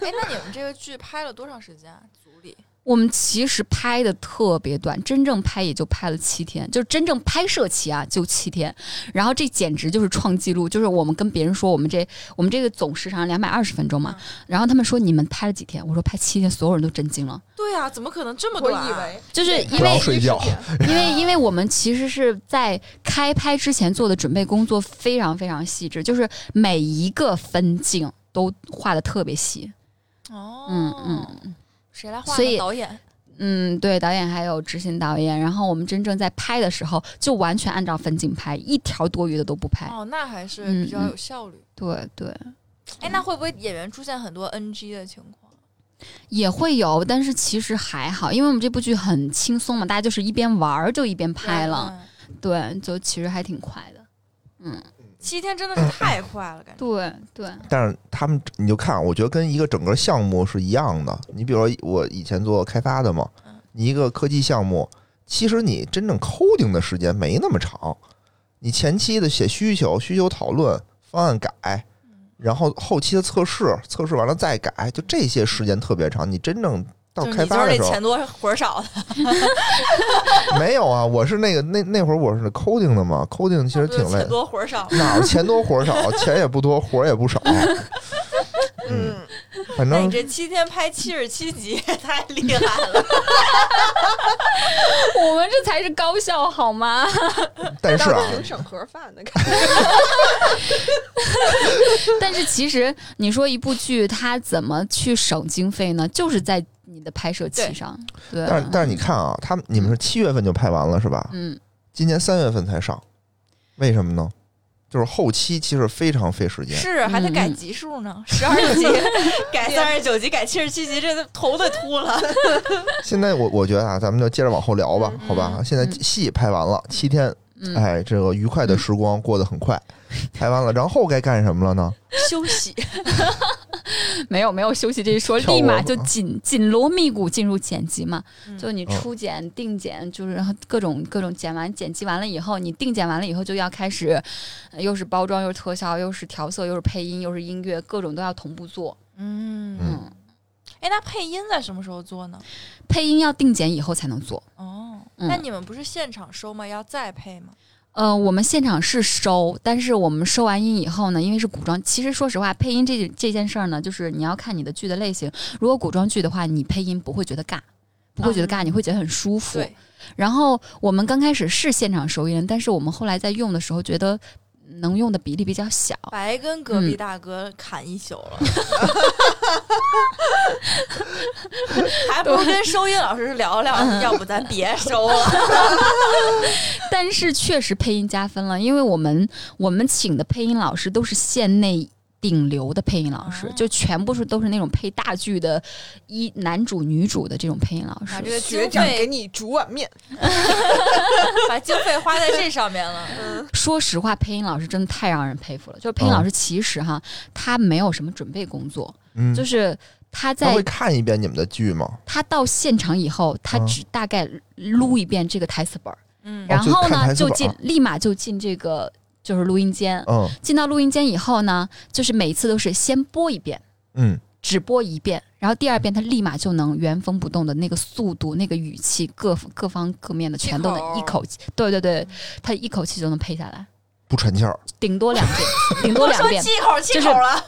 Speaker 1: 哎，那你们这个剧拍了多长时间啊？组里
Speaker 4: 我们其实拍的特别短，真正拍也就拍了七天，就是真正拍摄期啊，就七天。然后这简直就是创纪录，就是我们跟别人说我们这我们这个总时长两百二十分钟嘛，然后他们说你们拍了几天？我说拍七天，所有人都震惊了，
Speaker 1: 对啊，怎么可能这么
Speaker 3: 我
Speaker 1: 短
Speaker 3: 以
Speaker 1: 啊？
Speaker 3: 为
Speaker 4: 就是因
Speaker 2: 不让
Speaker 4: 为
Speaker 2: 睡觉，
Speaker 4: 因为因为我们其实是在开拍之前做的准备工作非常非常细致，就是每一个分镜都画的特别细，
Speaker 1: 哦，
Speaker 4: 嗯嗯。
Speaker 1: 谁来画呢？
Speaker 4: 所以
Speaker 1: 导演
Speaker 4: 嗯，对，导演还有执行导演，然后我们真正在拍的时候，就完全按照分镜拍，一条多余的都不拍。
Speaker 1: 哦，那还是
Speaker 4: 嗯
Speaker 1: 比较有效率。
Speaker 4: 对对，
Speaker 1: 哎，那会不会演员出现很多 NG 的情况？
Speaker 4: 也会有，但是其实还好，因为我们这部剧很轻松嘛，大家就是一边玩儿就一边拍了，
Speaker 1: 嗯，
Speaker 4: 对，就其实还挺快的。嗯，
Speaker 1: 七天真的是太快了，感觉。
Speaker 4: 对对，
Speaker 2: 但是他们你就看，我觉得跟一个整个项目是一样的。你比如说我以前做开发的嘛
Speaker 1: 嗯，
Speaker 2: 你一个科技项目，其实你真正 coding 的时间没那么长，你前期的写需求、需求讨论、方案改。
Speaker 1: 嗯
Speaker 2: 然后后期的测试，测试完了再改，就这些时间特别长。你真正到
Speaker 1: 就是
Speaker 2: 嗯开
Speaker 1: 你就
Speaker 2: 发
Speaker 1: 是
Speaker 2: 的
Speaker 1: 那
Speaker 2: 时候
Speaker 1: 钱多活儿少的，
Speaker 2: 没有啊，我是那个那那会儿我是 coding 的嘛，coding 其实
Speaker 1: 不
Speaker 2: 挺
Speaker 1: 就
Speaker 2: 累
Speaker 1: 钱，多活儿少。
Speaker 2: 哪儿钱多活儿少，钱也不多，活儿也 不少，嗯，
Speaker 3: 嗯，
Speaker 2: 反
Speaker 1: 那
Speaker 2: 正
Speaker 1: 你这七天拍七十七集，太厉害 了！
Speaker 4: 我们这才是高效好吗？
Speaker 2: 但是啊
Speaker 3: 当，挺省盒饭的感觉。
Speaker 4: 但是其实你说一部剧它怎么去省经费呢？就是在你的拍摄期
Speaker 1: 对
Speaker 4: 上，对，
Speaker 2: 但是但是你看啊，他们你们是七月份就拍完了是吧？
Speaker 4: 嗯，
Speaker 2: 今年三月份才上，为什么呢？就是后期其实非常费时间，
Speaker 1: 是还得改
Speaker 4: 嗯嗯
Speaker 1: 集数呢，十二集 改三十九集，改七十七集，这都头都秃 了。
Speaker 2: 现在我我觉得啊，咱们就接着往后聊吧，
Speaker 1: 嗯
Speaker 2: 好吧？现在
Speaker 4: 嗯
Speaker 2: 戏拍完了，七天，
Speaker 4: 嗯
Speaker 2: 哎，这个愉快的时光过得很快，拍完了，然后该干什么了呢？
Speaker 1: 休息，
Speaker 4: 没有没有休息这一说，
Speaker 2: 跳过
Speaker 4: 立马
Speaker 2: 吧
Speaker 4: 就紧紧锣密鼓进入剪辑嘛。
Speaker 1: 嗯
Speaker 4: 就你
Speaker 2: 嗯
Speaker 4: 初剪、定剪，就是然后各种各种剪完、剪辑完了以后，你定剪完了以后就要开始，呃又是包装，又是特效，又是调色，又是配音，又是音乐，各种都要同步做。
Speaker 1: 嗯，
Speaker 2: 嗯
Speaker 4: 嗯，
Speaker 1: 哎，那配音在什么时候做呢？
Speaker 4: 配音要定剪以后才能做。
Speaker 1: 哦，
Speaker 4: 嗯
Speaker 1: 那你们不是现场收吗？要再配吗？
Speaker 4: 呃，我们现场是收，但是我们收完音以后呢，因为是古装，其实说实话，配音这这件事儿呢，就是你要看你的剧的类型。如果古装剧的话，你配音不会觉得尬，不会觉得尬，你会觉得很舒
Speaker 1: 嗯
Speaker 4: 服。
Speaker 1: 对，
Speaker 4: 然后我们刚开始是现场收音，但是我们后来在用的时候，觉得能用的比例比较 小。
Speaker 1: 白跟隔壁
Speaker 4: 嗯
Speaker 1: 大哥砍一宿 了，还不如跟收音老师聊聊，要不咱别收了。
Speaker 4: 但是确实配音加分了，因为我们我们请的配音老师都是县内顶流的配音老师，
Speaker 1: 哦
Speaker 4: 就全部是都是那种配大剧的一男主女主的这种配音老师
Speaker 1: 把。这 个
Speaker 3: 学
Speaker 1: 经
Speaker 3: 长给
Speaker 1: 费，
Speaker 3: 你煮碗面，
Speaker 1: 把经费花在这上面了。
Speaker 4: 说实话，配音老师真的太让人佩服了。就是配
Speaker 2: 嗯
Speaker 4: 音老师其实哈，他没有什么准备工作，
Speaker 2: 嗯，
Speaker 4: 就是他
Speaker 2: 他
Speaker 4: 在
Speaker 2: 会看一遍你们的剧吗？
Speaker 4: 他到现场以后，他
Speaker 2: 嗯哦
Speaker 4: 只大概撸一遍这个台词本儿，
Speaker 1: 嗯，
Speaker 4: 然
Speaker 2: 就
Speaker 4: 后
Speaker 2: 看台
Speaker 4: 呢
Speaker 2: 词
Speaker 4: 就
Speaker 2: 本儿
Speaker 4: 进立马就进这个就是录音间。
Speaker 2: 嗯
Speaker 4: 进到录音间以后呢，就是每次都是先播一遍。
Speaker 2: 嗯，
Speaker 4: 只播一遍，然后第二遍他立马就能原封不动的那个速度、那个语气，各各方各面的全都能
Speaker 1: 一口嗯
Speaker 4: 一口气，对对对，他一口气就能配下来，
Speaker 2: 不喘气儿，
Speaker 4: 顶多两遍，顶多
Speaker 1: 我
Speaker 4: 两
Speaker 1: 说
Speaker 4: 遍，
Speaker 1: 气口气口了，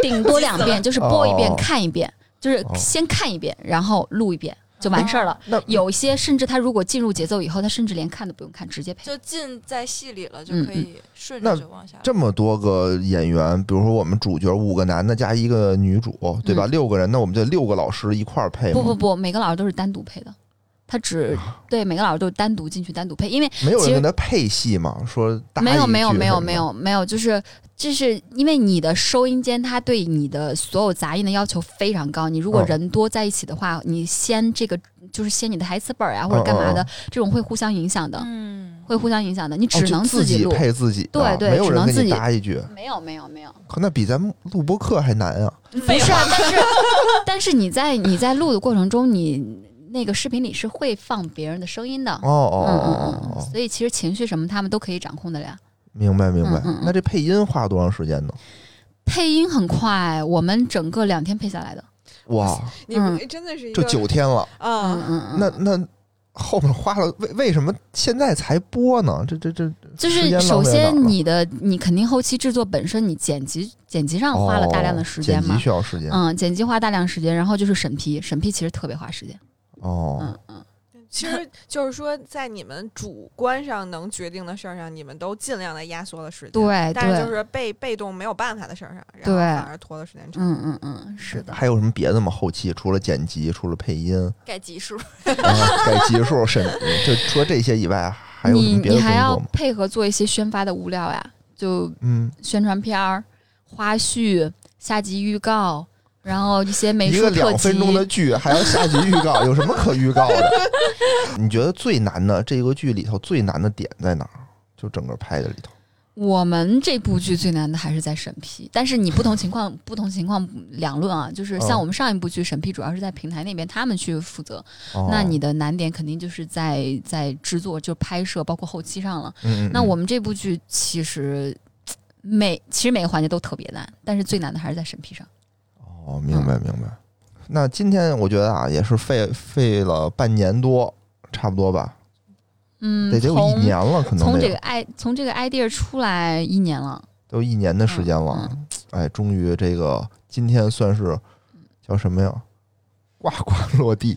Speaker 4: 顶多两遍，就是播一遍、
Speaker 2: 哦
Speaker 4: 看一遍，就是
Speaker 2: 哦
Speaker 4: 先看一遍，然后录一遍就完事儿
Speaker 1: 哦
Speaker 4: 了。
Speaker 2: 那
Speaker 4: 有一些甚至他如果进入节奏以后，他甚至连看都不用看，直接
Speaker 2: 哎
Speaker 4: 配。
Speaker 1: 就进在戏里了，就
Speaker 4: 嗯
Speaker 1: 可以顺着
Speaker 2: 那
Speaker 1: 就往下。
Speaker 2: 这么多个演员，比如说我们主角五个男的加一个女主，对吧？六个人，那我们就六个老师一块儿配吗？
Speaker 4: 嗯不不不，每个老师都是单独配的，他只
Speaker 2: 啊
Speaker 4: 对每个老师都是单独进去单独配，因为
Speaker 2: 没有人
Speaker 4: 其实
Speaker 2: 跟他配戏吗？说搭
Speaker 4: 没
Speaker 2: 一
Speaker 4: 有
Speaker 2: 句哦
Speaker 4: 没有
Speaker 2: 什么
Speaker 4: 没有
Speaker 2: 的
Speaker 4: 没，有没有，就是就是因为你的收音间，它对你的所有杂音的要求非常高。你如果
Speaker 2: 嗯
Speaker 4: 人多在一起的话，你先这个就是先你的台词本儿啊，或者
Speaker 2: 嗯
Speaker 4: 干嘛
Speaker 2: 嗯
Speaker 4: 的
Speaker 2: 嗯，
Speaker 4: 这种会互相影响的，
Speaker 1: 嗯，
Speaker 4: 会互相影响的。你
Speaker 2: 哦
Speaker 4: 只
Speaker 2: 就
Speaker 4: 能
Speaker 2: 自
Speaker 4: 己录。
Speaker 2: 配自己的，
Speaker 4: 对对
Speaker 2: 没有
Speaker 4: 只
Speaker 2: 人
Speaker 4: 能
Speaker 2: 跟
Speaker 4: 自
Speaker 2: 你
Speaker 4: 己
Speaker 2: 搭一句，
Speaker 4: 没有没有没有，
Speaker 2: 可那比咱们录播课还难啊！
Speaker 4: 不
Speaker 1: 废
Speaker 4: 是
Speaker 1: 话
Speaker 4: 啊，但是但是你在你在录的过程中，你那个视频里是会放别人的声音的
Speaker 2: 哦，哦
Speaker 4: 嗯嗯
Speaker 2: 哦
Speaker 4: 嗯
Speaker 2: 哦，
Speaker 4: 嗯，
Speaker 2: 哦，
Speaker 4: 所以其实情绪什么他们都可以掌控的了呀。
Speaker 2: 明白明白
Speaker 4: 嗯嗯嗯。
Speaker 2: 那这配音花多长时间呢？
Speaker 4: 配音很快，我们整个两天配下来的，
Speaker 2: 哇，
Speaker 3: 你
Speaker 4: 嗯
Speaker 3: 真的是一
Speaker 2: 这
Speaker 3: 个
Speaker 2: 九天了，
Speaker 4: 嗯
Speaker 3: 啊，
Speaker 4: 嗯嗯，
Speaker 2: 那那后面花了为为什么现在才播呢？这这这
Speaker 4: 就
Speaker 2: 时
Speaker 4: 是
Speaker 2: 间
Speaker 4: 首
Speaker 2: 浪费哪儿啊
Speaker 4: 先
Speaker 2: 了
Speaker 4: 你的你肯定后期制作本身你剪辑剪辑上花了大量的时间
Speaker 2: 哦剪
Speaker 4: 嘛
Speaker 2: 辑，需要时间
Speaker 4: 嗯，剪辑花大量时间，然后就是审批，审批其实特别花时间，
Speaker 2: 哦
Speaker 4: 嗯嗯，
Speaker 3: 其实就是说，在你们主观上能决定的事儿上，你们都尽量的压缩了时间。
Speaker 4: 对
Speaker 3: 但是就
Speaker 4: 对，
Speaker 3: 是被被动没有办法的事儿上，然后
Speaker 4: 对
Speaker 3: 反而拖了时间长。
Speaker 4: 嗯嗯嗯，是的，
Speaker 2: 还有什么别的吗？后期除了剪辑，除了配音，
Speaker 1: 改集数，
Speaker 2: 然后改级数、审，就除了这些以外，还有什
Speaker 4: 你
Speaker 2: 么别的
Speaker 4: 你
Speaker 2: 工
Speaker 4: 还要
Speaker 2: 作吗？
Speaker 4: 配合做一些宣发的物料呀，就
Speaker 2: 嗯，
Speaker 4: 宣传片儿、花絮、下集预告，然后一些美
Speaker 2: 一
Speaker 4: 术
Speaker 2: 个
Speaker 4: 特
Speaker 2: 两
Speaker 4: 辑
Speaker 2: 分，钟的剧还要下集预告，有什么可预告的？ 你觉得最难的这个剧里头最难的点在哪儿？就整个拍的里头，
Speaker 4: 我们这部剧最难的还是在审批，但是你不同情况不同情况两论啊，就是像
Speaker 2: 嗯
Speaker 4: 我们上一部剧审批主要是在平台那边他们去负责，
Speaker 2: 哦、
Speaker 4: 那你的难点肯定就是在在制作就拍摄包括后期上了。
Speaker 2: 嗯，嗯
Speaker 4: 那
Speaker 2: 嗯
Speaker 4: 我们这部剧其实每其实每个环节都特别难，但是最难的还是在审批上。
Speaker 2: 哦，明白明白。那今天我觉得啊，也是费费了半年多，差不多吧，
Speaker 4: 嗯，
Speaker 2: 得得有一
Speaker 4: 从
Speaker 2: 年了，可能
Speaker 4: 从
Speaker 2: 得
Speaker 4: 这
Speaker 2: 有
Speaker 4: 个 i 从这个 idea 出来一年了，
Speaker 2: 都一年的时间
Speaker 4: 嗯
Speaker 2: 了。哎，终于这个今天算是叫什么呀？呱呱落 地，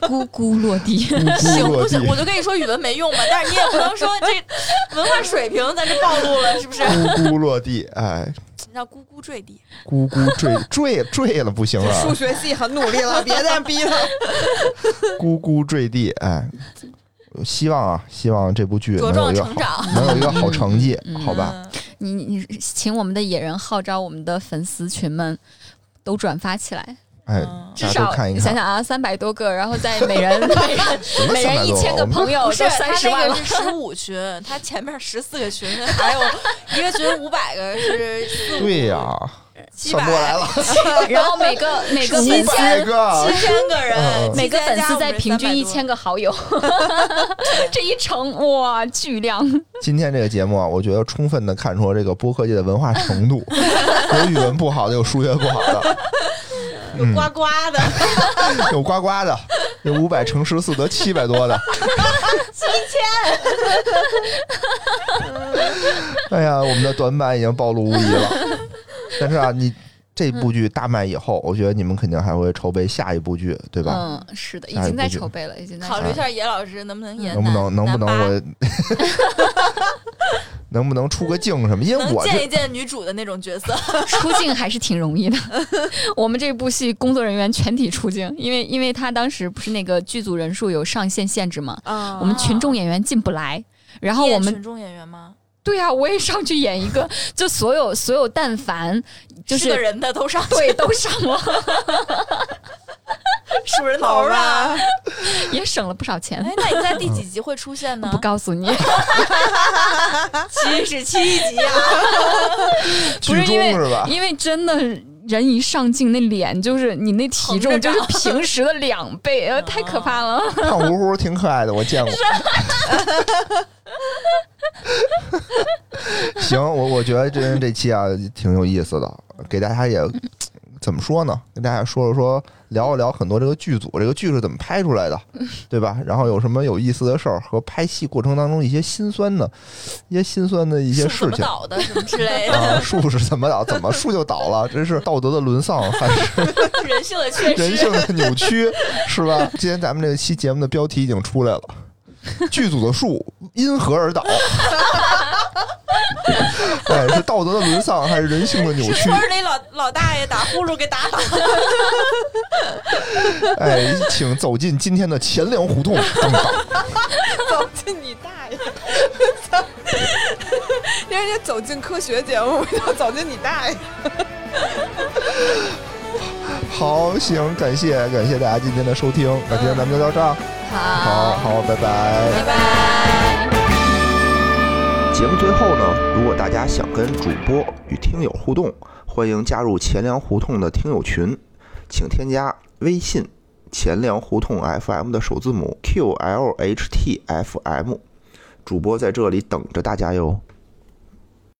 Speaker 4: 咕咕落 地。
Speaker 2: 咕咕
Speaker 1: 行，
Speaker 2: 落
Speaker 1: 不是
Speaker 2: 地，，
Speaker 1: 我就跟你说语文没用嘛，但是你也不能说这文化水平在这暴露了，是不是？
Speaker 2: 咕咕落地，哎，
Speaker 1: 叫咕咕坠地。
Speaker 2: 咕咕坠坠坠了，不行 了，
Speaker 3: 数学系很努力了，别再逼了。
Speaker 2: 咕咕坠地，哎，希望啊，希望这部剧
Speaker 1: 茁壮
Speaker 2: 能有一个
Speaker 1: 成
Speaker 2: 好，
Speaker 1: 长
Speaker 2: 能有一个好成绩，
Speaker 4: 嗯
Speaker 2: 好吧？
Speaker 1: 嗯
Speaker 4: 你你你请我们的野人号召我们的粉丝群们都转发起来，
Speaker 2: 哎，
Speaker 1: 嗯
Speaker 4: 至
Speaker 2: 大家
Speaker 4: 少
Speaker 2: 都看一
Speaker 4: 你
Speaker 2: 看
Speaker 4: 想想啊，三百多个，然后再每 人每人
Speaker 2: 什么
Speaker 4: 每
Speaker 2: 三百
Speaker 4: 人一
Speaker 2: 多
Speaker 4: 千个
Speaker 2: 我们
Speaker 4: 朋友，
Speaker 1: 不是，
Speaker 4: 就
Speaker 1: 他
Speaker 4: 三十
Speaker 1: 那
Speaker 4: 万
Speaker 1: 个
Speaker 4: 了。
Speaker 1: 是十五群，他前面十四个 群，还有一个群五百个是四五
Speaker 2: 对呀、
Speaker 1: 七
Speaker 2: 算
Speaker 1: 百
Speaker 2: 不过来了，
Speaker 4: 然后每 个每个
Speaker 2: 五
Speaker 4: 粉丝
Speaker 2: 百个
Speaker 1: 七，千个人
Speaker 2: 嗯，
Speaker 4: 每个粉丝再
Speaker 1: 在
Speaker 4: 平均一千个好友， 这一乘哇巨量，
Speaker 2: 今天这个节目啊，我觉得充分的看出了这个播客界的文化程度，有语文不好的，有数学不好的，嗯，
Speaker 1: 呱呱的，
Speaker 2: 有呱呱的，有五百乘十四得七百多的，七千。哎呀，我们的短板已经暴露无遗了。但是啊，你这部剧大卖以后，我觉得你们肯定还会筹备下一部剧，对吧？
Speaker 4: 嗯，是的，已
Speaker 2: 下一
Speaker 4: 经在
Speaker 2: 步就
Speaker 4: 筹备了，已经在筹
Speaker 1: 考虑一下野老师能不能
Speaker 4: 嗯
Speaker 1: 演
Speaker 2: 嗯能
Speaker 1: 男
Speaker 2: 不能能不能
Speaker 1: 男八
Speaker 2: 我 能不能出个镜什么？因为
Speaker 1: 能
Speaker 2: 我
Speaker 1: 见
Speaker 2: 这
Speaker 1: 一见女主的那种角色？
Speaker 4: 出镜还是挺 容易的。我们这部戏工作人员全体出镜，因为因为他当时不是那个剧组人数有上限限制嘛，
Speaker 3: 嗯
Speaker 4: 我们群众演员进不来。然后
Speaker 1: 哦你
Speaker 4: 我
Speaker 1: 演
Speaker 4: 们
Speaker 1: 群众演员吗？
Speaker 4: 对啊，我也上去演一个，就所有所有但凡就是
Speaker 1: 个人的都上去
Speaker 4: 对都上了，
Speaker 1: 数 人头
Speaker 3: 好
Speaker 1: 儿
Speaker 3: 吧
Speaker 1: 吧。，
Speaker 4: 也省了不少钱
Speaker 1: 哎。，那你在
Speaker 2: 嗯
Speaker 1: 第几集会出现呢
Speaker 4: 不？告 诉你，
Speaker 1: 七十七集啊！
Speaker 4: 不
Speaker 2: 剧
Speaker 4: 是
Speaker 2: 中
Speaker 4: 因为
Speaker 2: 是吧？
Speaker 4: 因为真的人一上镜，那脸就是你那体重
Speaker 1: 横着
Speaker 4: 就是
Speaker 1: 长
Speaker 4: 平时的两倍，呃，太可怕了。
Speaker 2: 胖乎乎挺可爱的，我见过。 行，我我觉得这这期啊挺有意思的，给大家也怎么说呢？跟大家说了说，聊一聊很多这个剧组这个剧是怎么拍出来的，对吧？然后有什么有意思的事儿和拍戏过程当中一些心酸的、一些心酸的一些
Speaker 1: 数
Speaker 2: 事
Speaker 1: 怎么
Speaker 2: 情。
Speaker 1: 倒的什么之类的，
Speaker 2: 啊，树是怎么倒？怎么树就倒了？真是道德的沦 丧，还是
Speaker 1: 人性的缺
Speaker 2: 人
Speaker 1: 失
Speaker 2: 性。的扭曲，是吧？今天咱们这期节目的标题已经出来了，剧组的树因何而倒？ 哎，是道德的沦丧，还是人性的扭
Speaker 1: 是
Speaker 2: 曲
Speaker 1: 村？儿里老老大爷打呼噜给打倒，
Speaker 2: 哎，请走进今天的钱粮胡同。更棒
Speaker 3: 走进你大 爷！人家走进科学节目，要走进你大爷。
Speaker 2: 好，行，感谢感谢大家今天的收听，那今天咱们就到这儿，好好，拜拜。
Speaker 1: 拜拜。
Speaker 2: 节目最后呢，如果大家想跟主播与听友互动，欢迎加入钱粮胡同的听友群，请添加微信“钱粮胡同 FM” 的首字母 “QLHTFM”，主播在这里等着大家哟。